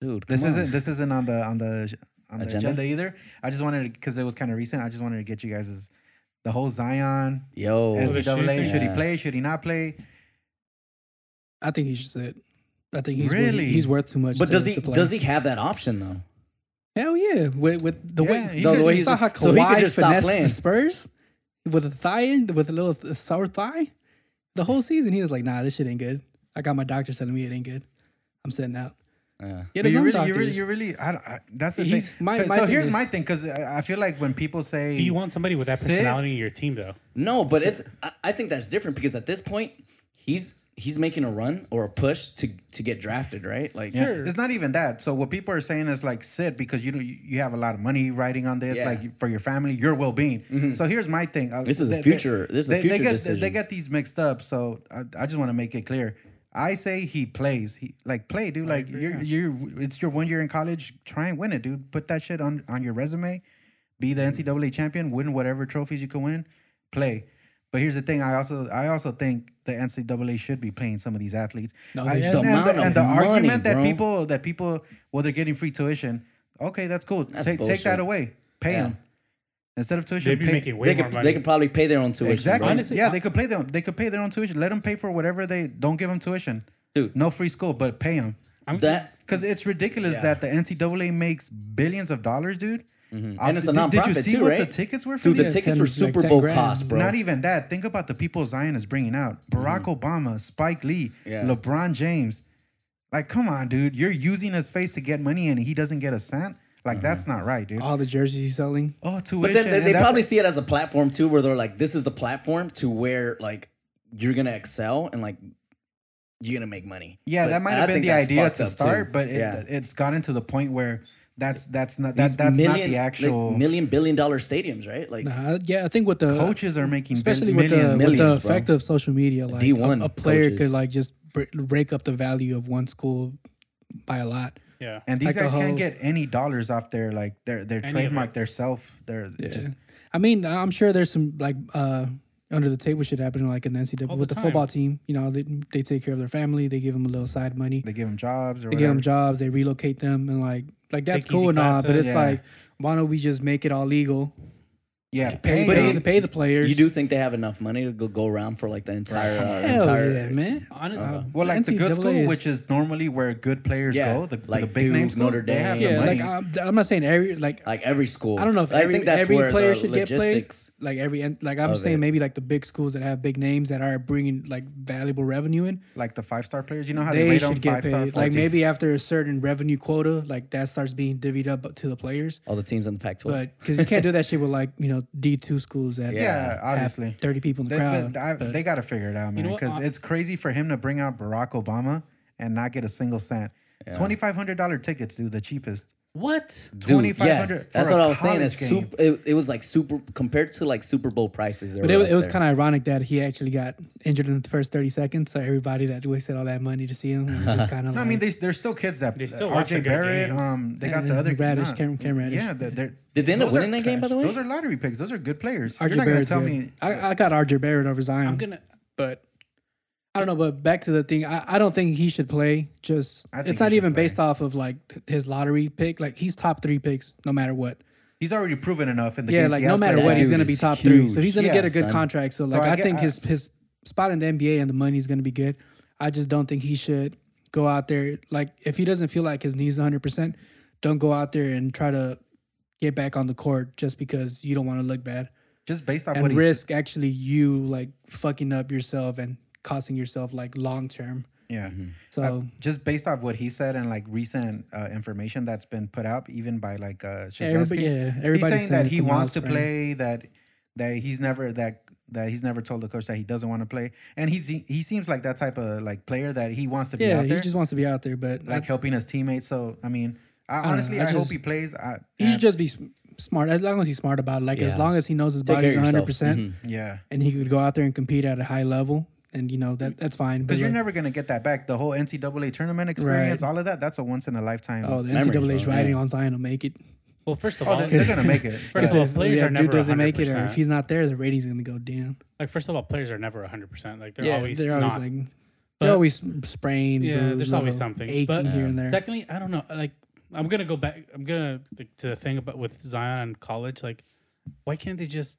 dude. This come on. isn't this isn't on the on the on the Agenda? agenda, either. I just wanted because it was kind of recent. I just wanted to get you guys the whole Zion yo. the NCAA. shooting? Should he Yeah. play? Should he not play? I think he should sit. I think he's Really? really? he's worth too much. But to, does he to play. does he have that option though? Hell yeah! With, with the Yeah, way he the could- way he you saw could- how so he could Kawhi just stop finessed playing. the Spurs with a thigh in, with a little th- sour thigh. The whole season he was like, "Nah, this shit ain't good." I got my doctor telling me it ain't good. I'm sitting out. Yeah. Get But his you own really, you doctors. really, you really. I don't, I, that's the He's- thing. my- so my so thing here's is- my thing because I I feel like when people say, Do you want somebody with that Sit. personality in your team though? No, but it's. I, I think that's different because at this point, he's he's making a run or a push to to get drafted, right? Like, Yeah, it's not even that. So what people are saying is like sit because you know you have a lot of money riding on this, Yeah. like for your family, your well being. So here's my thing. Uh, This is a they- future- this is a they, future they get, decision. They get these mixed up. So I, I just want to make it clear. I say he plays. He like play, dude. Like you're you're. It's your one year in college. Try and win it, dude. Put that shit on on your resume. Be the NCAA champion. Win whatever trophies you can win. Play. But here's the thing. I also I also think the NCAA should be paying some of these athletes. No, I- they and, should. and The amount the, of and the money, argument that bro. people that people well they're getting free tuition. Okay, that's cool. take take bullshit. that away. Pay Yeah. them instead of tuition. They'd be pay- making way they more could money. they could probably pay their own tuition. exactly. bro. Honestly, yeah, I- they could play them. They could pay their own tuition. Let them pay for whatever they don't give them tuition. Dude. no free school, but pay them. I'm That Because it's ridiculous Yeah. that the NCAA makes billions of dollars, dude. Off- Mm-hmm. and it's a did- nonprofit Did you see too, what right? the tickets were for Dude, the these? Yeah, tickets were 10 like Super 10 Bowl grand. costs, bro. Mm-hmm. Not even that. Think about the people Zion is bringing out: Barack Obama, Spike Lee, Yeah. LeBron James. Like, come on, dude! You're using his face to get money, and he doesn't get a cent. Like, that's not right, dude. All the jerseys he's selling. Oh, tuition. Mm-hmm. Uh, but then and they, they that's- probably see it as a platform too, where they're like, "This is the platform to where like you're gonna excel and like you're gonna make money." yeah, But that might I have been think the that's idea fucked to up, too. start, but it, Yeah. it's gotten to the point where that's that's not that, These that's not million- the like, actual. million billion dollar stadiums, right? Like Nah, I- yeah, I think with the coaches are making bil- especially with the, millions. with the Millions, bro. effect of social media, like a, D1 a player coaches. could like just br- break up the value of one school by a lot. yeah. and these like a guys can't whole- get any dollars off their like their their of trademark, their self, their just Yeah. I mean, I'm sure there's some like uh, under the table shit happening, like in the NCAA All with the the football team. You know, they, they take care of their family, they give them a little side money, they give them jobs or they whatever. give them jobs, they relocate them, and like like that's Take cool easy and all, but classes. it's Yeah. like why don't we just make it all legal? yeah, Pay, pay pay, them. pay the players. you do think they have enough money to go, go around for like the entire uh, Hell entire yeah, man. honestly, Well, like the good school, NCAA is- which is normally where good players Yeah, go, the, like the big Duke, names go, Notre they have the Dame. yeah, money. like uh, I'm, I'm not saying every like like every school. I don't know if I every, think that's every where player the should get played. logistics- Like every and like I'm of saying, it. maybe like the big schools that have big names that are bringing like valuable revenue in, like the five star players. You know how they, they, rate on should get five star paid. Like maybe after a certain revenue quota, like that starts being divvied up to the players. All the teams in the Pac-12. But because you can't do that shit with like you know D two schools that Yeah, yeah, have obviously. thirty people in the They, crowd. but I- but- they got to figure it out, man. know what, Because uh, it's crazy for him to bring out Barack Obama and not get a single cent. Twenty five hundred dollar tickets, dude, the cheapest. what? Dude, yeah, Twenty five hundred. That's what I was saying. Game. It's super, it, it was like super compared to like Super Bowl prices. But it, it was kind of ironic that he actually got injured in the first 30 seconds. So everybody that wasted all that money to see him was just kind of No, like, I mean, they, there's still kids that. They still still watch a good RJ Barrett. game. Um, they got Yeah, the other Radish, nah, Cam- Cam Radish. Yeah, they're, they're, Did they end up those are winning that game, by the trash. way? Those are lottery picks. Those are good players. RJ You're not gonna Barrett's tell good. me. I, I got RJ Barrett over Zion. I'm gonna. but I don't know. But back to the thing, I, I don't think he should play. Just I think it's he not should even play. based off of like his lottery pick. Like he's top three picks no matter what. He's already proven enough in the yeah, games like he no has matter played. what, he's Dude, gonna be he's top three. So huge. he's gonna Yeah, get a good son. contract. So like I I, get- think I- his his spot in the NBA and the money is gonna be good. I just don't think he should go out there like if he doesn't feel like his knees 100. percent Don't go out there and try to get back on the court just because you don't want to look bad Just based off what and he's risk actually you like fucking up yourself and costing yourself like long term. Yeah. Mm-hmm. So Just based off what he said and like recent uh, information that's been put out, even by like uh, Everybody- Szczepanski, yeah, he's everybody's saying saying that it's he a wants to Miles Brennan. play. That that he's never that that he's never told the coach that he doesn't want to play, and he's he seems like that type of like player that he wants to be yeah, out he there, just wants to be out there, but like helping his teammates. So I mean, I, know, honestly, I I, hope just- he plays. I, he should just be s- smart as long as he's smart about it. Like as Yeah. long as he knows his care body's of 100 yourself. percent yeah. and he could go out there and compete at a high level, and you know that that's fine. But Because you're like, never gonna get that back. The whole NCAA tournament experience, all of that—that's a once in a lifetime. oh, the Memories, NCAA's bro, writing yeah. on Zion will make it. Well, first of Oh, all, they're, they're gonna make it. First of all, If- players yeah, are dude never doesn't make it, or if 100%. he's not there, the ratings gonna go down. like first of all, players are never 100. percent Like they're yeah, always they're always not. like But- they're always sprained. Yeah, bruised, there's always little something. aching But- here and there. Secondly, I don't know. Like, I'm gonna go back. I'm gonna like, to the thing about with Zion and college. Like, why can't they just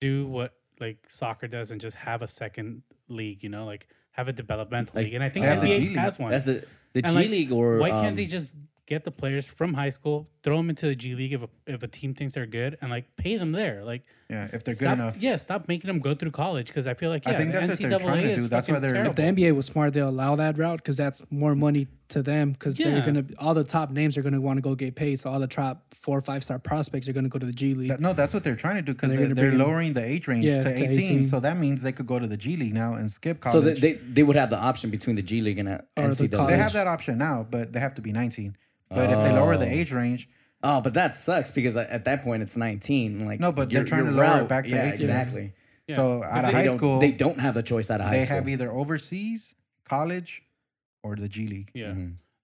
do what like soccer does and just have a second league? You know, like have a developmental Like, league. And I think They have the NBA G League. has one. That's the the And, G like, League or why can't um, they just get the players from high school, throw them into the G League if a, if a team thinks they're good, and like pay them there? Like, yeah, if they're good stop, enough. yeah, stop making them go through college because I feel like yeah, I think the that's what NCAA they're trying to is do. That's why fucking they're- if terrible. the NBA was smart, they'll allow that route because that's more money to them because Yeah. they're gonna all the top names are gonna want to go get paid. So all the top four or five star prospects are gonna go to the G League. That- no, that's what they're trying to do because They're they're, gonna they're bring in- lowering the age range Yeah, to, to 18, 18. So that means they could go to the G League now and skip So they, college. they they would have the option between the G League and uh, Or the NCAA. college. They have that option now, but they have to be 19. But if they lower the age range, Oh, but that sucks because at at that point it's 19. Like No, but they're your- trying your to lower it route- back to yeah, 18. exactly. so out of They high don't- school, they they, don't have a choice out of high school. have either overseas, college, or the G League. Yeah.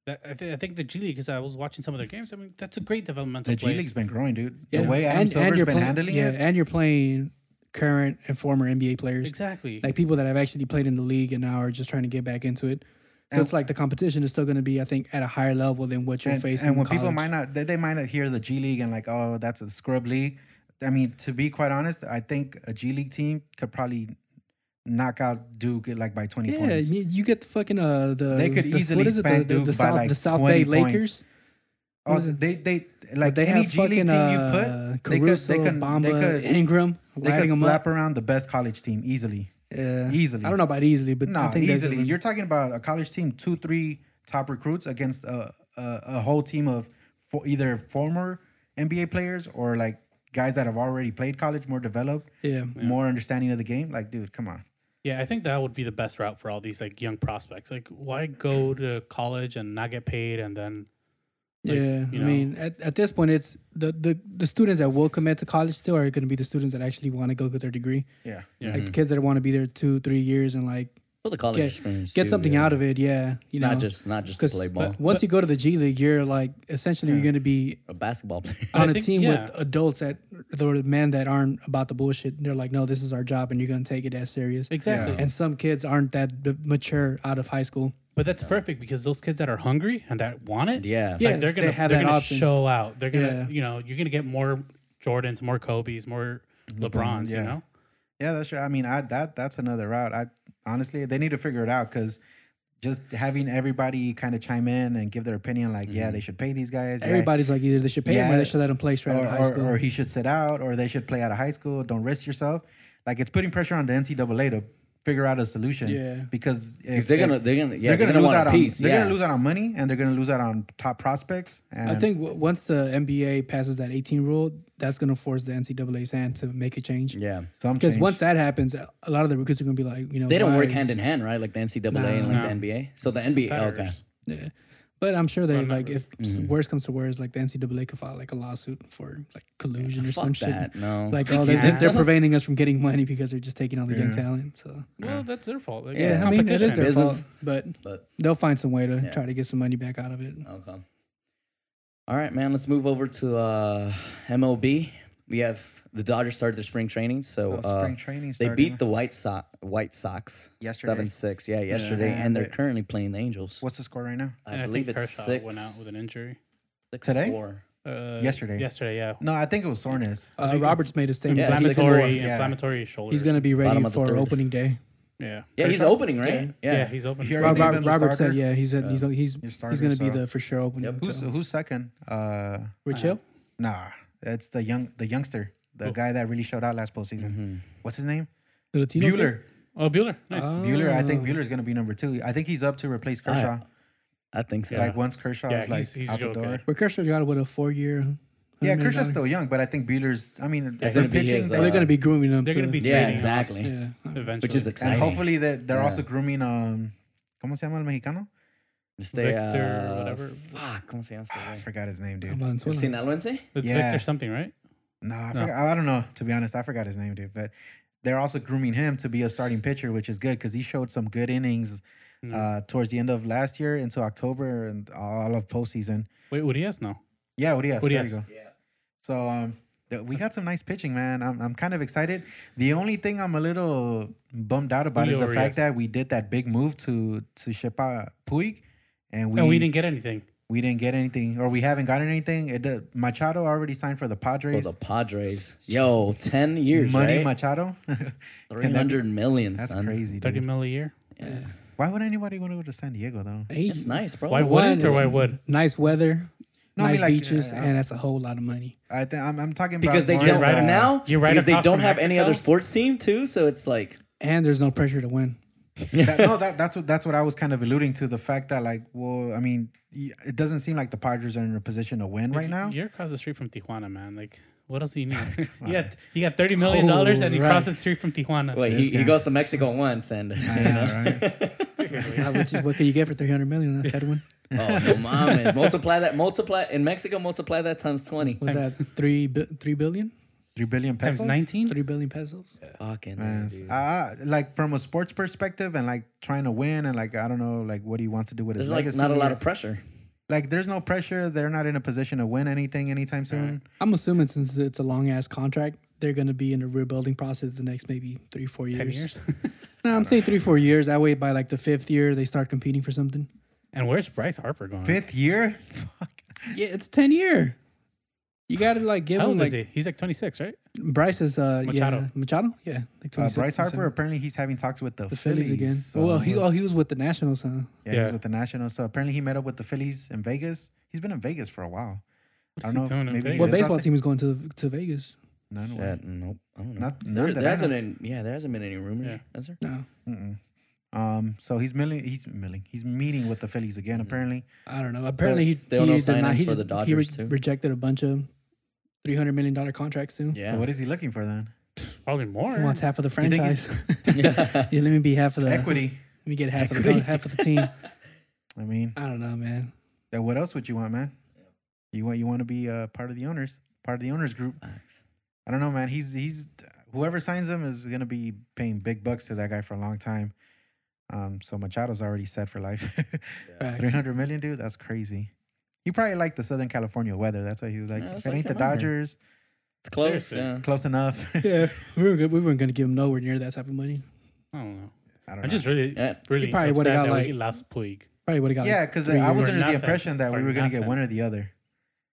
That, I, th- I think the G League, because I was watching some of their games. I mean, that's a great developmental The G place. League's been growing, dude. The Yeah. way Adam Silver's you're been play- handling yeah, it, and you're playing current and former NBA players, Exactly. like people that have actually played in the league and now are just trying to get back into it. So it's like the competition is still going to be, I think, at a higher level than what you're and, facing. and when in people college. might not, they, they might not hear the G League and like, oh, that's a scrub league. I mean, to be quite honest, I think a G League team could probably knock out Duke like by 20 yeah, points. you, you get the fucking uh, the They could the, easily what is it, the, spank the, Duke by the South like the South Bay 20 points. Lakers. Oh, is it? they they like They any have G League fucking team uh, you put, they could Caruso, they could Bamba, they could Ingram, they lighting could 'em slap up. around the best college team easily. Yeah. easily. I don't know about easily, but No, I think they're easily. gonna- You're talking about a college team, two, three top recruits against a a, a whole team of fo- either former NBA players or like guys that have already played college, more developed, yeah. more understanding of the game. Like, dude, come on. yeah, I think that would be the best route for all these like young prospects. Like, why go to college and not get paid and then Like, yeah, you I mean, at, at this point, it's the, the the students that will commit to college still are going to be the students that actually want to go get their degree. Yeah. Mm-hmm. yeah, Like the kids that want to be there two, three years and like For the college get, experience, get too, something yeah. out of it. Yeah, you know, not just not just to 'cause play ball. once you go to the G League, you're like essentially you're going to be a basketball player. on I a think- team yeah. with adults that or the men that aren't about the bullshit. They're like, no, this is our job, and you're going to take it as serious. exactly. And some kids aren't that b- mature out of high school. but that's perfect because those kids that are hungry and that want it, yeah. Yeah. like, they're they gonna have they're that gonna option. show out. They're gonna Yeah. you know you're gonna get more Jordans, more Kobe's, more Lebrons. yeah. You know, Yeah, that's true. I mean, I that that's another route. I Honestly, they need to figure it out because just having everybody kind of chime in and give their opinion, like, yeah, they should pay these guys. yeah, Everybody's like either they should pay him or Yeah. they should let him play straight Mm-hmm. out or, of high or, school. or he should sit out, or they should play out of high school. Don't risk yourself. Like it's putting pressure on the NCAA to figure out a solution. Yeah. because if, they're if- gonna, they're gonna, yeah, they're gonna, lose want out a on piece. they're yeah. gonna lose out on money and they're gonna lose out on top prospects. And I think w- once the NBA passes that 18 rule, that's going to force the NCAA's hand to make a change. Yeah. some Because change. once that happens, a a lot of the recruits are going to be like, you know, They don't work why- hand in hand, right? Like the NCAA and like No. the NBA. So the NBA, oh, okay. Competitors. Yeah. But I'm sure they like Remember. if s Mm-hmm. worst comes to worst, like the NCAA could file like a lawsuit for like collusion or Fuck some that. shit. No. Like They oh, they're, can't. they're preventing us from getting money because they're just taking all the young talent. So Well, that's their fault. Like, Yeah, it's I mean, it competition. is their Business. fault, but but they'll find some way to Yeah. try to get some money back out of it. Okay. All right, man. Let's move over to uh, MLB. We have the Dodgers started their spring training, so Oh, uh, spring training they started. beat the White Sox. White Sox Yesterday. seven six. Yeah, yesterday, Yeah, and they're they- currently playing the Angels. what's the score right now? And I, believe think it's Kershaw six. went out with an injury. six, Today? four. Uh, Yesterday. Yesterday, yeah. No, I think it was soreness. Uh, Roberts made a statement. Yeah, that he's- six more, inflammatory, yeah. inflammatory shoulder. he's going to be ready Bottom of the for third. opening day. Yeah. Yeah, he's opening, right? Yeah. Yeah. he's open. Here- Rob, Maybe Rob, been the Robert said, starter? yeah, he's at, he's he's Your he's starter, going to be so- the for sure opening. Yep. Who's so- who's second? Uh, Rich Hill? nah, that's the young the youngster, the guy that really showed out last postseason. What's his name? The Latino kid? Bueller. Oh, Bueller. Nice. Uh, Bueller. I think Bueller's gonna be number two. I think he's up to replace Kershaw. I think so. Like once Kershaw Yeah, is like he's- he's out the real good. door. Where Kershaw got with a four year. Yeah, Kershaw's still young, but I think Bueller's. I mean, It's they're gonna be pitching, his, they- uh, They're going to be grooming them. They're to, going to be Yeah, trading off exactly. Yeah. Eventually. Which is and exciting. hopefully that they're Yeah. also grooming. Um, ¿Cómo se llama el mexicano? Stay, uh, Victor, whatever. Fuck, ¿cómo se llama este I güey? forgot his name, dude. Valenzuela. Sinaloense? it's yeah. Victor something, right? No, I, No. Forgot, I don't know. To be honest, I forgot his name, dude. But they're also grooming him to be a starting pitcher, which is good because he showed some good innings uh, towards the end of last year into October and all of postseason. Wait, Urias? No. Yeah, Urias. There you Urias. go. So um, th- we got some nice pitching, man. I'm, I'm kind of excited. The only thing I'm a little bummed out about is the Julio Urias. fact that we did that big move to to ship out Puig, and we and we didn't get anything. we didn't get anything or we haven't gotten anything. It, uh, Machado already signed for the For Padres. the Padres. Yo, 10 years, Money right? Machado. Three hundred million, That's son. crazy. Thirty Mm. Dude. mil a year. Why would anybody want to go to San Diego though? Hey, It's nice, bro. Why One, wouldn't or why it's- would? Nice weather, No, I nice mean, like, beaches, uh, and that's a whole lot of money. I think I'm, I'm talking because they about don't more right of the- now. You're right because they across don't from have any other Mexico? sports team too. So it's like And there's no pressure to win. that- no, that, that's what that's what I was kind of alluding to. The fact that like, well, I mean, y- it doesn't seem like the Padres are in a position to win right now. You're across the street from Tijuana, man. Like, what else do you need? you got you got thirty million dollars and you Oh, right. cross the street from Tijuana. wait, he, he goes to Mexico once and Yeah, right. How much- what can you get for 300 million? Edwin? oh no mames. multiply that multiply in Mexico multiply that times twenty. Was that three bi- three billion? Three billion times pesos. nineteen. Three billion pesos? Fucking Yes. dude. Uh, like from a sports perspective and like trying to win and like I don't know like what he wants to do with his There's like legacy. not a lot or- of pressure. like there's no pressure. They're not in a position to win anything anytime soon. I'm assuming since it's a long ass contract, they're going to be in the rebuilding process the next maybe three, four years. Ten years. No, I'm saying three, four years. That way, by like the fifth year, they start competing for something. and where's Bryce Harper going? Fifth year, fuck. Yeah, it's 10 year. You got to like give How them old is like he? He's like twenty six, right? Bryce is uh yeah Machado. Machado yeah like Uh, 26, Bryce 27. Harper apparently he's having talks with the, the Phillies, Phillies, again. so- well, he oh he was with the Nationals, huh? yeah, he was Yeah. with the Nationals. So apparently he met up with the Phillies in Vegas. He's been in Vegas for a while. I is don't know. he doing If in maybe he Vegas? What lives out baseball there. team is going to to Vegas? None. way. That, Uh, nope, I don't know. Not- none there, that there I hasn't know. been, yeah, there hasn't been any rumors, Yeah. has there? No, Um. So he's milling. He's milling. He's meeting with the Phillies again. Mm-hmm. Apparently. I don't know. Apparently he it's still he no did not, signings he, for the did- he Dodgers, too? rejected a bunch of three hundred million dollar contracts too. Yeah. So what is he looking for then? Probably more. He wants half of the think he's- franchise. yeah, let me be half of the Equity. Let me get half of the half of the team. I mean, I don't know, man. uh, what else would you want, man? You want you want to be uh, part of the owners, part of the owners group. Facts. I don't know, man. He's he's whoever signs him is gonna be paying big bucks to that guy for a long time. Um, so Machado's already set for life. Facts. Three hundred million, dude. That's crazy. He probably liked the Southern California weather. That's why he was like, Yeah, if that's it like ain't the him out here." Dodgers, It's close. Seriously. Yeah. close enough. Yeah, we weren't good. we weren't going to give him nowhere near that type of money. I don't know. I don't know. I'm just really, Yeah. really He probably upset would've got, that we like- lost Puig. Probably would have got. yeah, like, because three I years. was Or under the nothing. impression that we Or were gonna get nothing. one or the other.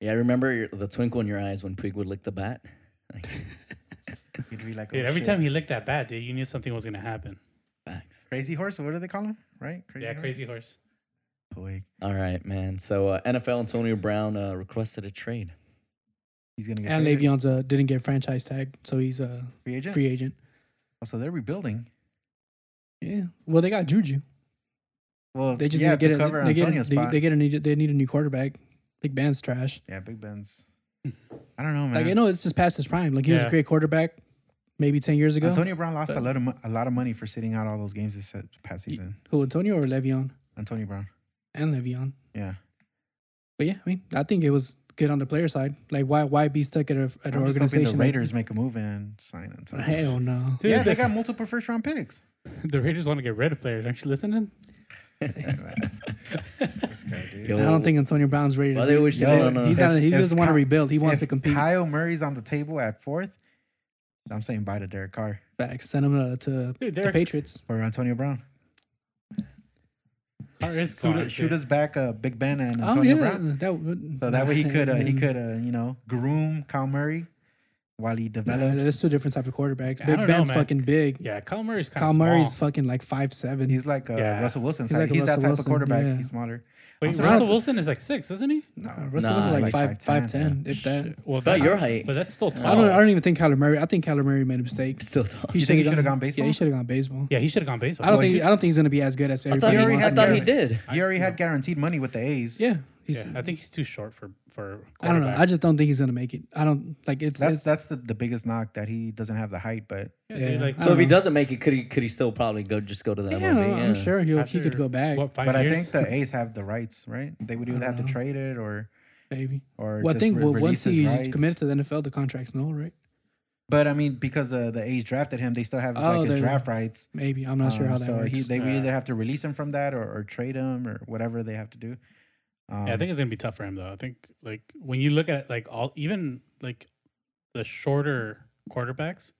Yeah, I remember your, the twinkle in your eyes when Puig would lick the bat. You'd be like, Dude, oh, every shit. time he licked that bat, dude, you knew something was gonna happen. Facts. Crazy horse. What do they call him? Right? Crazy Yeah, horse? crazy horse. Boy, All right, man. So uh, NFL Antonio Brown uh, requested a trade. he's gonna get And traded. Le'Veon's uh, didn't get franchise tag, so he's a free agent. Oh, free agent. So they're rebuilding. Yeah. Well, they got Juju. Well, They just yeah, need to to get a, cover they, get a, Antonio's they, spot. they get a need they need a new quarterback. Big Ben's trash. yeah, Big Ben's. I don't know, man. Hmm. Like you know, it's just past his prime. Like he was a Yeah. great quarterback, maybe ten years ago. Antonio Brown lost a But- lot of mo- a lot of money for sitting out all those games this se- past season. Who Antonio or Le'Veon Antonio Brown. and Le'Veon. Yeah. But yeah, I mean, I think it was good on the player side. Like why why be stuck at a at an I'm just hoping the organization? that- Raiders make a move and sign Antonio. Hell no. Dude, yeah, the, they got multiple first round picks. the Raiders want to get rid of players. Aren't you listening? This guy, dude. Yo, I don't think Antonio Brown's ready to. Why they re- were sitting Yo, on a, he's not, he If- if doesn't want to Ky- rebuild. He wants to If compete. Kyle Murray's on the table at fourth. I'm saying bye to Derek Carr Back. Send him uh, to Dude, the Derek Patriots. for Antonio Brown. Carr is Shoot, gone, us- shoot dude. us back uh, Big Ben and Antonio oh yeah, Brown. that would. So that way he could uh, he Mm. could uh, you know groom Kyle Murray while he Nah, develops. that's two different type of quarterbacks. I Big don't know, Ben's man. fucking big. Yeah, Kyle Murray's kind of Kyle small. Murray's fucking like five seven. He's like uh, Yeah. Russell Wilson. He's He's, like a he's that Russell type Wilson, of quarterback. yeah. He's smaller. Wait, surprised Russell that- Wilson is like six, isn't he? no, Russell Nah, Wilson's like, like five 5'10", five ten, if that. Well, About that's- your height. but that's still tall. I don't. I don't even think Kyler Murray. I think Kyler Murray made a mistake. still talking. Oh. You think he shoulda shoulda gone Yeah, he baseball? should have gone baseball. yeah, he should have gone baseball. I don't Well, think. he- I don't think he's gonna be as good as I thought, everybody he, already wants I him had to thought he be. did. You already had guaranteed money with the A's. Yeah, he's. Yeah, I think he's too short for for. I don't know. I quarterback. just don't think he's gonna make it. I don't like it's. That's it's that's the, the biggest knock that he doesn't have the height, but yeah, dude, yeah. like, I So if he know. doesn't make it, could he could he still probably go just go to the yeah, MLB? I'm sure he he could after, go back, What, five but I years? think the A's have the rights, right? They would either I have to don't know. trade it or maybe. or Well, I just think re- well, release once his he rights. committed to the NFL, the contract's null, right? But I mean, because the the A's drafted him, they still have his, Oh, like his they're- draft rights. Maybe I'm not sure Um, how that so works. he, they would Yeah. either have to release him from that or, or trade him or whatever they have to do. Um, yeah, I think it's gonna be tough for him though. I think like when you look at like all even like the shorter quarterbacks,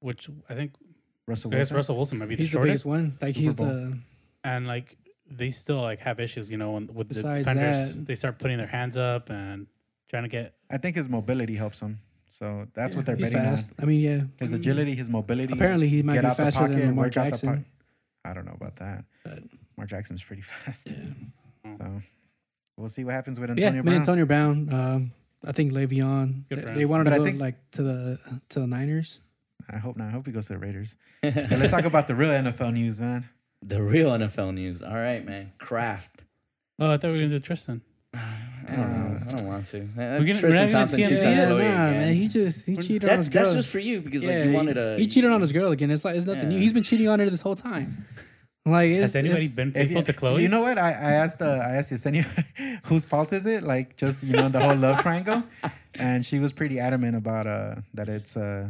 which I think Russell I guess Wilson. Russell Wilson might be he's the the shortest, biggest one. Like Super he's Bowl. the and like they still like have issues, you know, when, with Besides the defenders. that- They start putting their hands up and trying to get. I think his mobility helps him. So that's yeah, what they're he's betting fast. I mean, yeah, on. His agility, his mobility. Apparently, he might get be out the faster than pocket, Lamar work out the Jackson. I don't know about that. But- Mark Jackson's pretty fast. Yeah. So we'll see what happens with Yeah, Antonio man, Brown. Antonio Brown. Um, I think Le'Veon. Good They, for they him. wanted But to I go think- like to the to the Niners. I hope not. I hope he goes to the Raiders. Yeah, let's talk about the real NFL news, man. The real NFL news. All right, man. Kraft. Oh, I thought we were gonna do Tristan. I don't know. I don't want to. Uh, gonna- we're Tristan not gonna Thompson TMZ. cheats Yeah, on yeah, Chloe again. man, he just he cheated on that's his that's girl. just for you because yeah, like you wanted to. he, he cheated on his girl again. It's like it's nothing new. Yeah. He's been cheating on her this whole time. Like it's, Has anybody it's- been If faithful you- to Chloe? You know what? I, I asked uh, I asked Yesenia whose fault is it? Like just you know the whole love triangle, and she was pretty adamant about uh that it's uh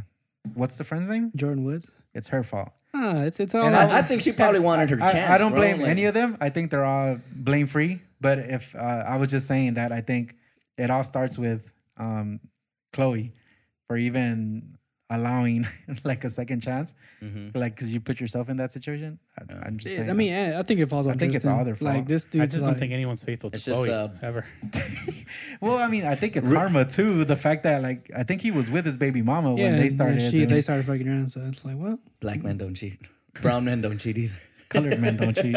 what's the friend's name? Jordan Woods? It's her fault. Ah, it's it's all. And I, like- I think she probably wanted her I, chance. I don't bro. blame Like, any of them. I think they're all blame free. But if uh, I was just saying that, I think it all starts with um, Chloe for even allowing like a second chance, Mm-hmm. like because you put yourself in that situation. I, am just saying. I mean, eh, I think it falls on. I think it's Tristan. all their fault. Like this dude. I just don't think anyone's faithful to It's just, Chloe uh, ever. well, I mean, I think it's karma too. The fact that like I think he was with his baby mama Yeah, when they and started. She, doing they started fucking around, so it's like, well, Black men don't cheat. Brown men don't cheat either. colored men don't cheat.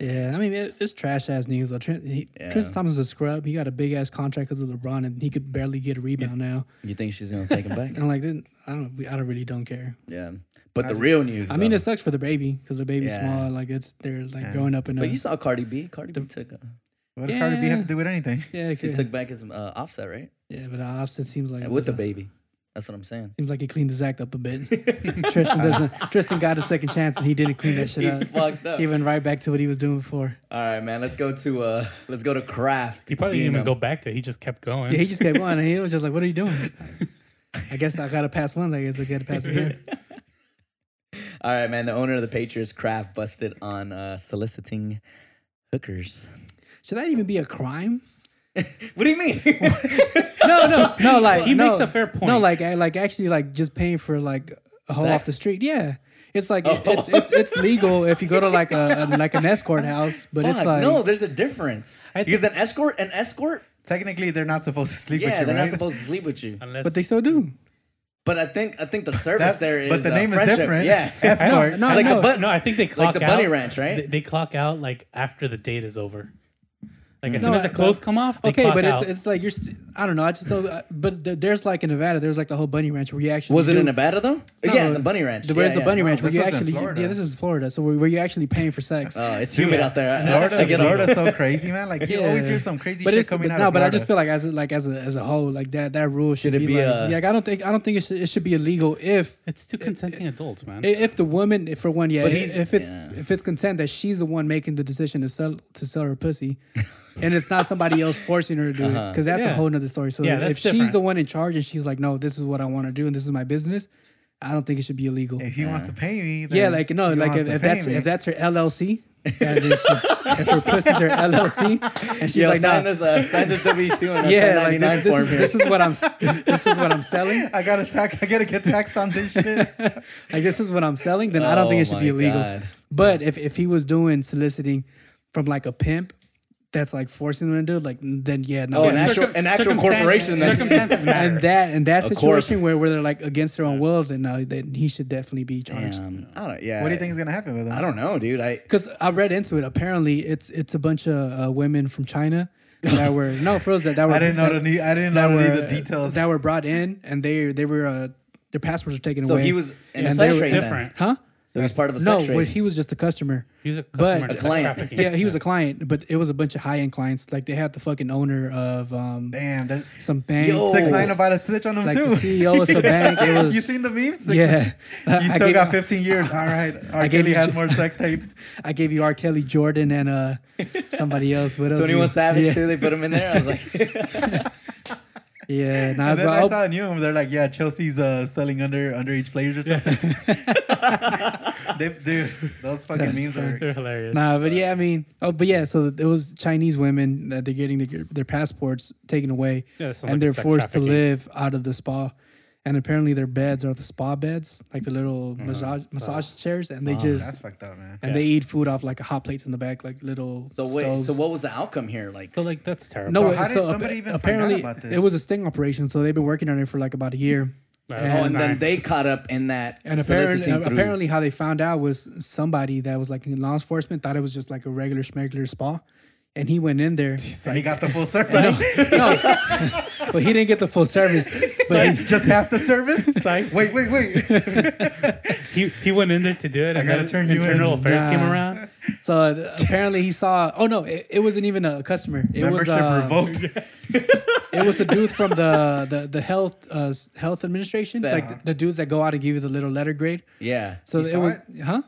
yeah. I mean, it, it's trash ass news. Though. Trent, he, Yeah. Tristan Thompson's a scrub. He got a big ass contract because of LeBron, and he could barely get a rebound now. You think she's gonna take him back? And like, then I don't, I don't really don't care. Yeah. But the real news. I mean, though- it sucks for the baby because the baby's Yeah. small. Like it's they're like growing up in a But you saw Cardi B. Cardi B took uh, What does Cardi B have Yeah. to do with anything? yeah, it she could- took back his uh, offset, right? yeah. But Offset seems like With the uh, baby. That's what I'm saying. seems like he cleaned his act up a bit. Tristan doesn't. Tristan got a second chance, and he didn't clean that shit He up. fucked up. He went right back to what he was doing before. All right, man. Let's go to uh let's go to Kraft. He probably being didn't even a- go back to it. He just kept going. Yeah, he just kept going. And he was just like, "What are you doing?" I guess I gotta pass once. I guess I gotta pass again. All right, man. The owner of the Patriots, Kraft, busted on uh, soliciting hookers. Should that even be a crime? What do you mean? no, no, No, like He no, makes a fair point. No, like I- like actually like just paying for like a hole off Sex? the street. Yeah, it's like it- it's, it's it's legal if you go to like a, a- like an escort house, but it's Fuck, like no, there's a difference. I because an escort, an escort, Technically, they're not supposed to sleep yeah, with you, they're right? not supposed to sleep with you. Unless but they still do. But I think I think the service there is. but the uh, name is friendship. different. Yeah. That's No, smart. no, It's like no. a button. No, I think they clock the Bunny out- Ranch, right? They, they clock out like after the date is over. Like as No, soon as the but- clothes come off, they Okay, clock but out. it's it's like you're. St- I don't know. I just don't. uh, But there- there's like in Nevada, there's like the whole bunny ranch where you actually Was it do- in Nevada though? No, yeah, the Bunny Ranch. The, where's Yeah, the yeah. bunny No, ranch where this you was in actually? Florida. Yeah, this is Florida. So where, where you're actually paying for sex. Oh, it's humid out there. I- I actually Florida, get a little- Florida, so crazy, man. Like you Yeah. always hear some crazy but shit it's coming but, out. no, of but I Florida. just feel like as a, like as a as a whole, like that that rule should, it be, be like, a- yeah, like, I don't think I don't think it should, it should be illegal if It's two consenting adults, man. I- If the woman, if for one, yeah, But i- he's- if it's yeah. if it's consent that she's the one making the decision to sell to sell her pussy, and it's not somebody else forcing her to do Uh-huh. it, because that's a Yeah. whole nother story. So Yeah, if that's she's different. the one in charge and she's like, no, this is what I want to do and this is my business, I don't think it should be illegal. if he wants to pay me, then yeah, like no, he like wants if, to if pay that's me. eh? if that's her LLC, that is, if her pussy's her LLC, and she's Yo, like, sign nah, this, uh, sign this W two and yeah, yeah, like this, this, form is, this here. is what I'm s- this is what I'm selling. I gotta tax, I gotta get taxed on this shit. like this is what I'm selling, then I don't think Oh it should be my illegal. God. But if if he was doing soliciting from like a pimp that's like forcing them to do it, like then yeah, no. Oh, an and, Yeah. actual, Circum- an actual circumstance- corporation. That, circumstances matter. that and that corp. situation where, where they're like against their own will, then no, then he should definitely be charged. Damn. I don't. Yeah. What do you think is gonna happen with him? I don't know, dude. I Because I read into it, apparently it's it's a bunch of uh, women from China that were no froze that that were I didn't know that- the need. I didn't that know were, any of the uh, details. that were brought in and they they were uh, their passports were taken So away. he was in a And sex they were- trade. Then. Different. huh? So he's part of a No, sex well, trade. he was just a customer. He's a But- customer A to sex client. trafficking. Yeah, he was a client, but it was a bunch of high end clients. Like they had the fucking owner of um Damn, that, some bank. Yo. six nine about to snitch on him Oh. Like too. the CEO of some bank. It was you seen the memes? Six- yeah. You I still gave- got 15 years. All right. R. gave Kelly you- has more sex tapes. I gave you R. Kelly, Jordan, and uh somebody else. What else? Twenty One you- Savage Yeah, too. They put him in there. I was like, yeah. Nah, And it's then about- I saw a new one. They're like, yeah, Chelsea's uh, selling under underage players or something. they, dude, those fucking memes are. They're hilarious. Nah, but yeah, I mean, oh, but yeah, so it was Chinese women that they're getting their, their passports taken away, Yeah, that sounds and like they're sex forced to trafficking. live out of the spa. And apparently, their beds are the spa beds, like the little massage massage chairs, and they Mm-hmm. That's just fucked up, man. and they eat food off like a hot plates in the back, like little so wait. stoves. So what was the outcome here? Like, So like that's terrible. No, So how so, did ap- somebody even find out apparently about it this? was a sting operation, so they've been working on it for like about a year. Nah, and- this oh, is and not- then they caught up in that And apparently, uh, soliciting through. apparently, how they found out was somebody that was like in law enforcement thought it was just like a regular smuggler spa, and he went in there. So he got the full service. no, but he didn't get the full service. But he, Just half the service? like- wait, wait, wait. he he went in there to do it. and gotta then turn you internal in. affairs came Nah. around. so uh, apparently he saw. Oh no, it, it wasn't even a customer. It was Membership uh, revoked. it was a dude from the the, the health uh, s- health administration, That- like the, the dudes that go out and give you the little letter grade. yeah. So He it saw was huh?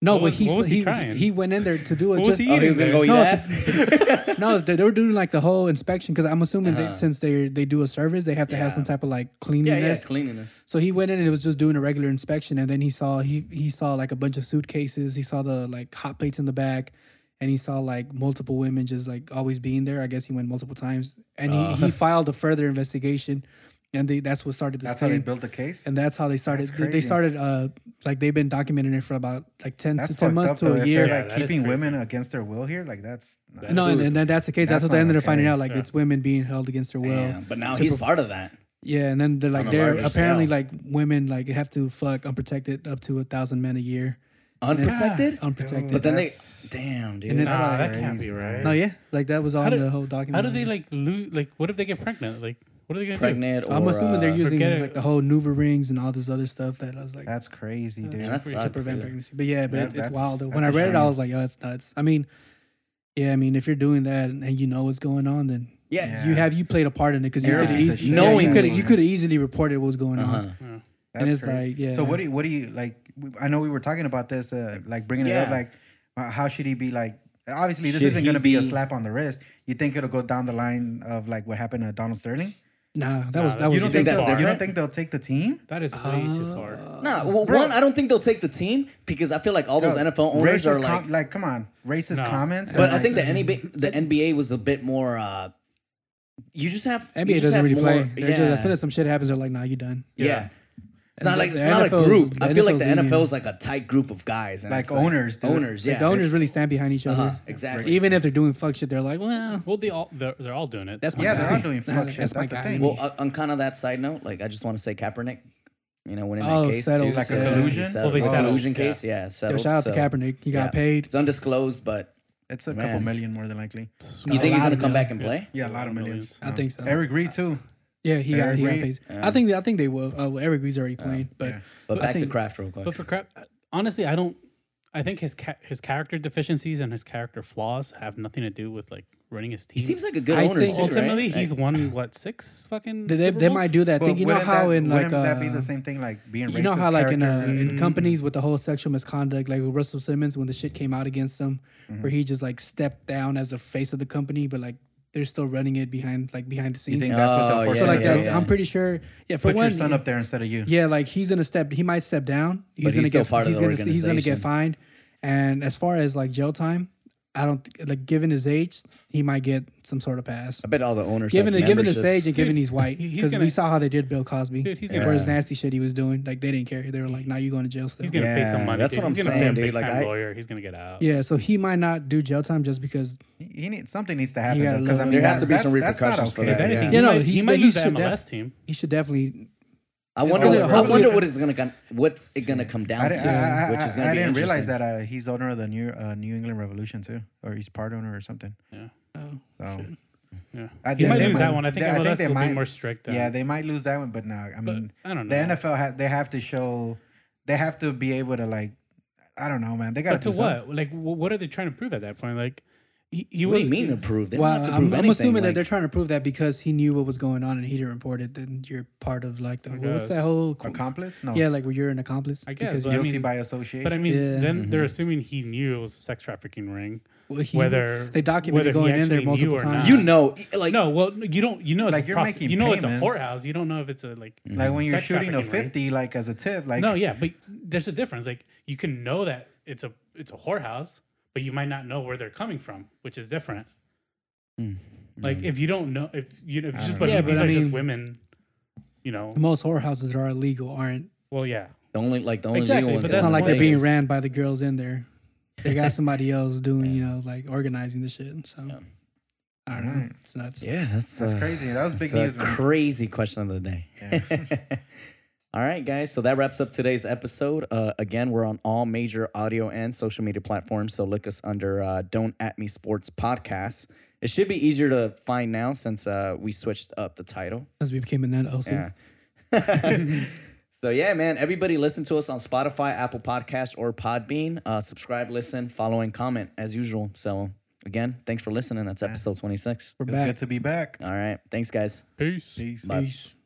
No, What but was- he, what was he he, he trying? went in there to do it. What was just he Oh, he was gonna go eat No, ass. no, they, they were doing like the whole inspection because I'm assuming that since they they do a service, they have to Yeah. have some type of like Yeah, yeah. cleanliness. Cleanliness. So he went in and it was just doing a regular inspection, and then he saw he he saw like a bunch of suitcases. He saw the like hot plates in the back, and he saw like multiple women just like always being there. I guess he went multiple times, and he, Uh. he filed a further investigation, and they, that's what started this That's how thing. they built the case. and that's how they started. That's They, they crazy. started uh like they've been documenting it for about like ten That's to ten fucked months up, to though. a If year. they're Yeah, like that is keeping crazy. women against their will here, like that's No, and, and then that's the case. That's, That's what they not ended up okay. finding out. Like it's women being held against their will. Yeah, but now he's part of that. Yeah, and then they're like a they're larger apparently scale. like women like have to fuck unprotected up to a thousand men a year. Unprotected. Ah, Unprotected. But then they. That's- Damn, dude. Oh, And it's Nah, like- that can't be crazy, right. no, yeah, like that was on do- the whole document. How do they like lose? Like, what if they get pregnant? Like, what are they gonna pregnant. Or, I'm assuming they're uh, using forget it. like the whole NuVa rings and all this other stuff that I was like That's crazy, dude. Man, that to to sucks. prevent dude. pregnancy. But yeah, but That- it- it's that's- wild. When that's I a read it, I shame. was like, oh, that's nuts. I mean, yeah, I mean, if you're doing that and, and you know what's going on, then Yeah. you have you played a part in it because you You're a could piece of easily shit. knowing you Yeah. could you could easily reported what was going on. Uh-huh. That's it's like, yeah. So what do you, what do you like? we- I know we were talking about this, uh, like bringing it up, Yeah. like uh, how should he be like? Obviously, this Should isn't he going to be a be- slap on the wrist. You think it'll go down the line of like what happened to Donald Sterling? Nah, that was that that's- was You don't think think, that's they'll- you different? don't think they'll take the team? do? That is way too far. Nah, well, one, I don't think they'll take the team because I feel like all those NFL owners racist are like. com- like come on, racist No. comments. but and, I think the like, NBA, the NBA was a bit more. Uh, you just have you NBA just doesn't have really more- play. They're yeah, just as soon as some shit happens, they're like, "Nah, you done." yeah. It's not like it's not a group. I feel like the NFL is like a tight group of guys, and Like it's owners, dude. owners, yeah, the owners really stand behind each other. Uh-huh, exactly. Even if they're doing fuck shit, they're like, well, Well, they all they're, they're all doing it. that's my Yeah, guy. they're all doing fuck That's shit. my That's the guy. thing. Well, uh, on kind of that side note, like I just want to say Kaepernick, you know, winning Oh, that case settled, too, Like a so- collusion? he Well, they a settled, collusion yeah. case, yeah, Yo, settled, shout out to so- Kaepernick. He got yeah. paid. It's undisclosed, but It's a couple Man. million more than likely. you think he's lot gonna of come them. back and play? Yeah, a lot of millions. Um, I think so. Eric Reed too. Yeah, he got, Eric he got Reed. paid. I think I think they will. Uh, well, Eric Reed's already playing, but Yeah. But I back to think- Kraft real quick. But for crap, honestly, I don't. I think his ca- his character deficiencies and his character flaws have nothing to do with like running his team. he seems like a good I owner. think- too, right? ultimately Like, he's won what six fucking. they, they, Super they Bowls? might do that But thing. You know wouldn't how that, in like wouldn't that be uh, the same thing like being racist? you know how like in uh, character? Mm-hmm. in companies with the whole sexual misconduct, like with Russell Simmons when the shit came out against him, Mm-hmm. where he just like stepped down as the face of the company, but like they're still running it behind like behind the you scenes. think that's what Oh, they'll force so yeah, them like to yeah, that, do? yeah. I'm pretty sure. Yeah, for Put one, your son up there instead of you. yeah, like he's gonna step. He might step down. He's But gonna he's get. still part of he's the gonna he's gonna get organization. fined. And as far as like jail time, I don't thi- like given his age, he might get some sort of pass. I bet all the owners. Given have given his memberships. age and given he's white, he- he's because we gonna- saw how they did Bill Cosby Dude, he's for gonna- his nasty shit he was doing. Like they didn't care. They were like, "Now you're going to jail." Still. He's gonna pay some Yeah, money. that's dude. what I'm He's gonna saying, pay a big dude. Like, time I- lawyer. He's gonna get out. Yeah, so he might not do jail time just because. He needs something needs to happen gotta because I look- mean There has to be that- some that's- that's not repercussions for okay. If that, anything, yeah. he Yeah, no, might, he he's- might he lose the should def- MLS team. He should definitely. I wonder. gonna- what, I hopefully- wonder what it's gonna gon- what's it gonna come down I, to, didn't- I- I- which is gonna I be didn't realize interesting. that uh, he's owner of the new uh, New England Revolution too, or he's part owner or something. Yeah. Oh, Yeah. So He I think might they lose might- that one. I think they- I think MLS they will be might- more strict. Then. yeah, they might lose that one, but no, I mean, I don't the know. NFL ha- they have to show they have to be able to like, I don't know, man. They got But to do something. what? Like, wh- what are they trying to prove at that point? Like, he, he What do you was- mean approved? They don't well, have to I'm, prove I'm anything, assuming that like- they're trying to prove that because he knew what was going on and he didn't report it. Then you're part of like the what's that guess. whole accomplice? No, yeah, like where you're an accomplice. I guess, because but you- I guilty mean- by association. But I mean, Yeah. then Mm-hmm. they're assuming he knew it was a sex trafficking ring. well, he- whether they documented whether he going in there actually knew multiple or not. times. you know, like no, well, you don't. You know, it's Like, a you're prosti- making You know, it's a payments. whorehouse. You don't know if it's a like. like when you're sex shooting a trafficking ring. fifty, like as a tip, like No, yeah, but there's a difference. Like, you can know that it's a it's a whorehouse, but you might not know where they're coming from, which is different. Like, if you don't know, if you know, if you just don't but know. Yeah, these but I are just mean- women. You know, most whorehouses that are illegal aren't. well, yeah, the only like the only Exactly, legal ones. but that It's not That's are like the they're in being Vegas. ran by the girls in there. They got somebody else doing, you know, like organizing the shit. So I don't know. It's nuts. Yeah, that's that's uh, crazy. That was big It's news. a man. crazy question of the day. all right, guys. So that wraps up today's episode. Uh, again, we're on all major audio and social media platforms. So look us under uh, Don't At Me Sports Podcast. It should be easier to find now since uh, we switched up the title. Because we became an NOC. Yeah. so yeah, man. Everybody listen to us on Spotify, Apple Podcast, or Podbean. Uh, subscribe, listen, follow, and comment as usual. So again, thanks for listening. That's episode twenty six. We're It's back. good to be back. All right. Thanks, guys. peace. Peace. Bye. Peace.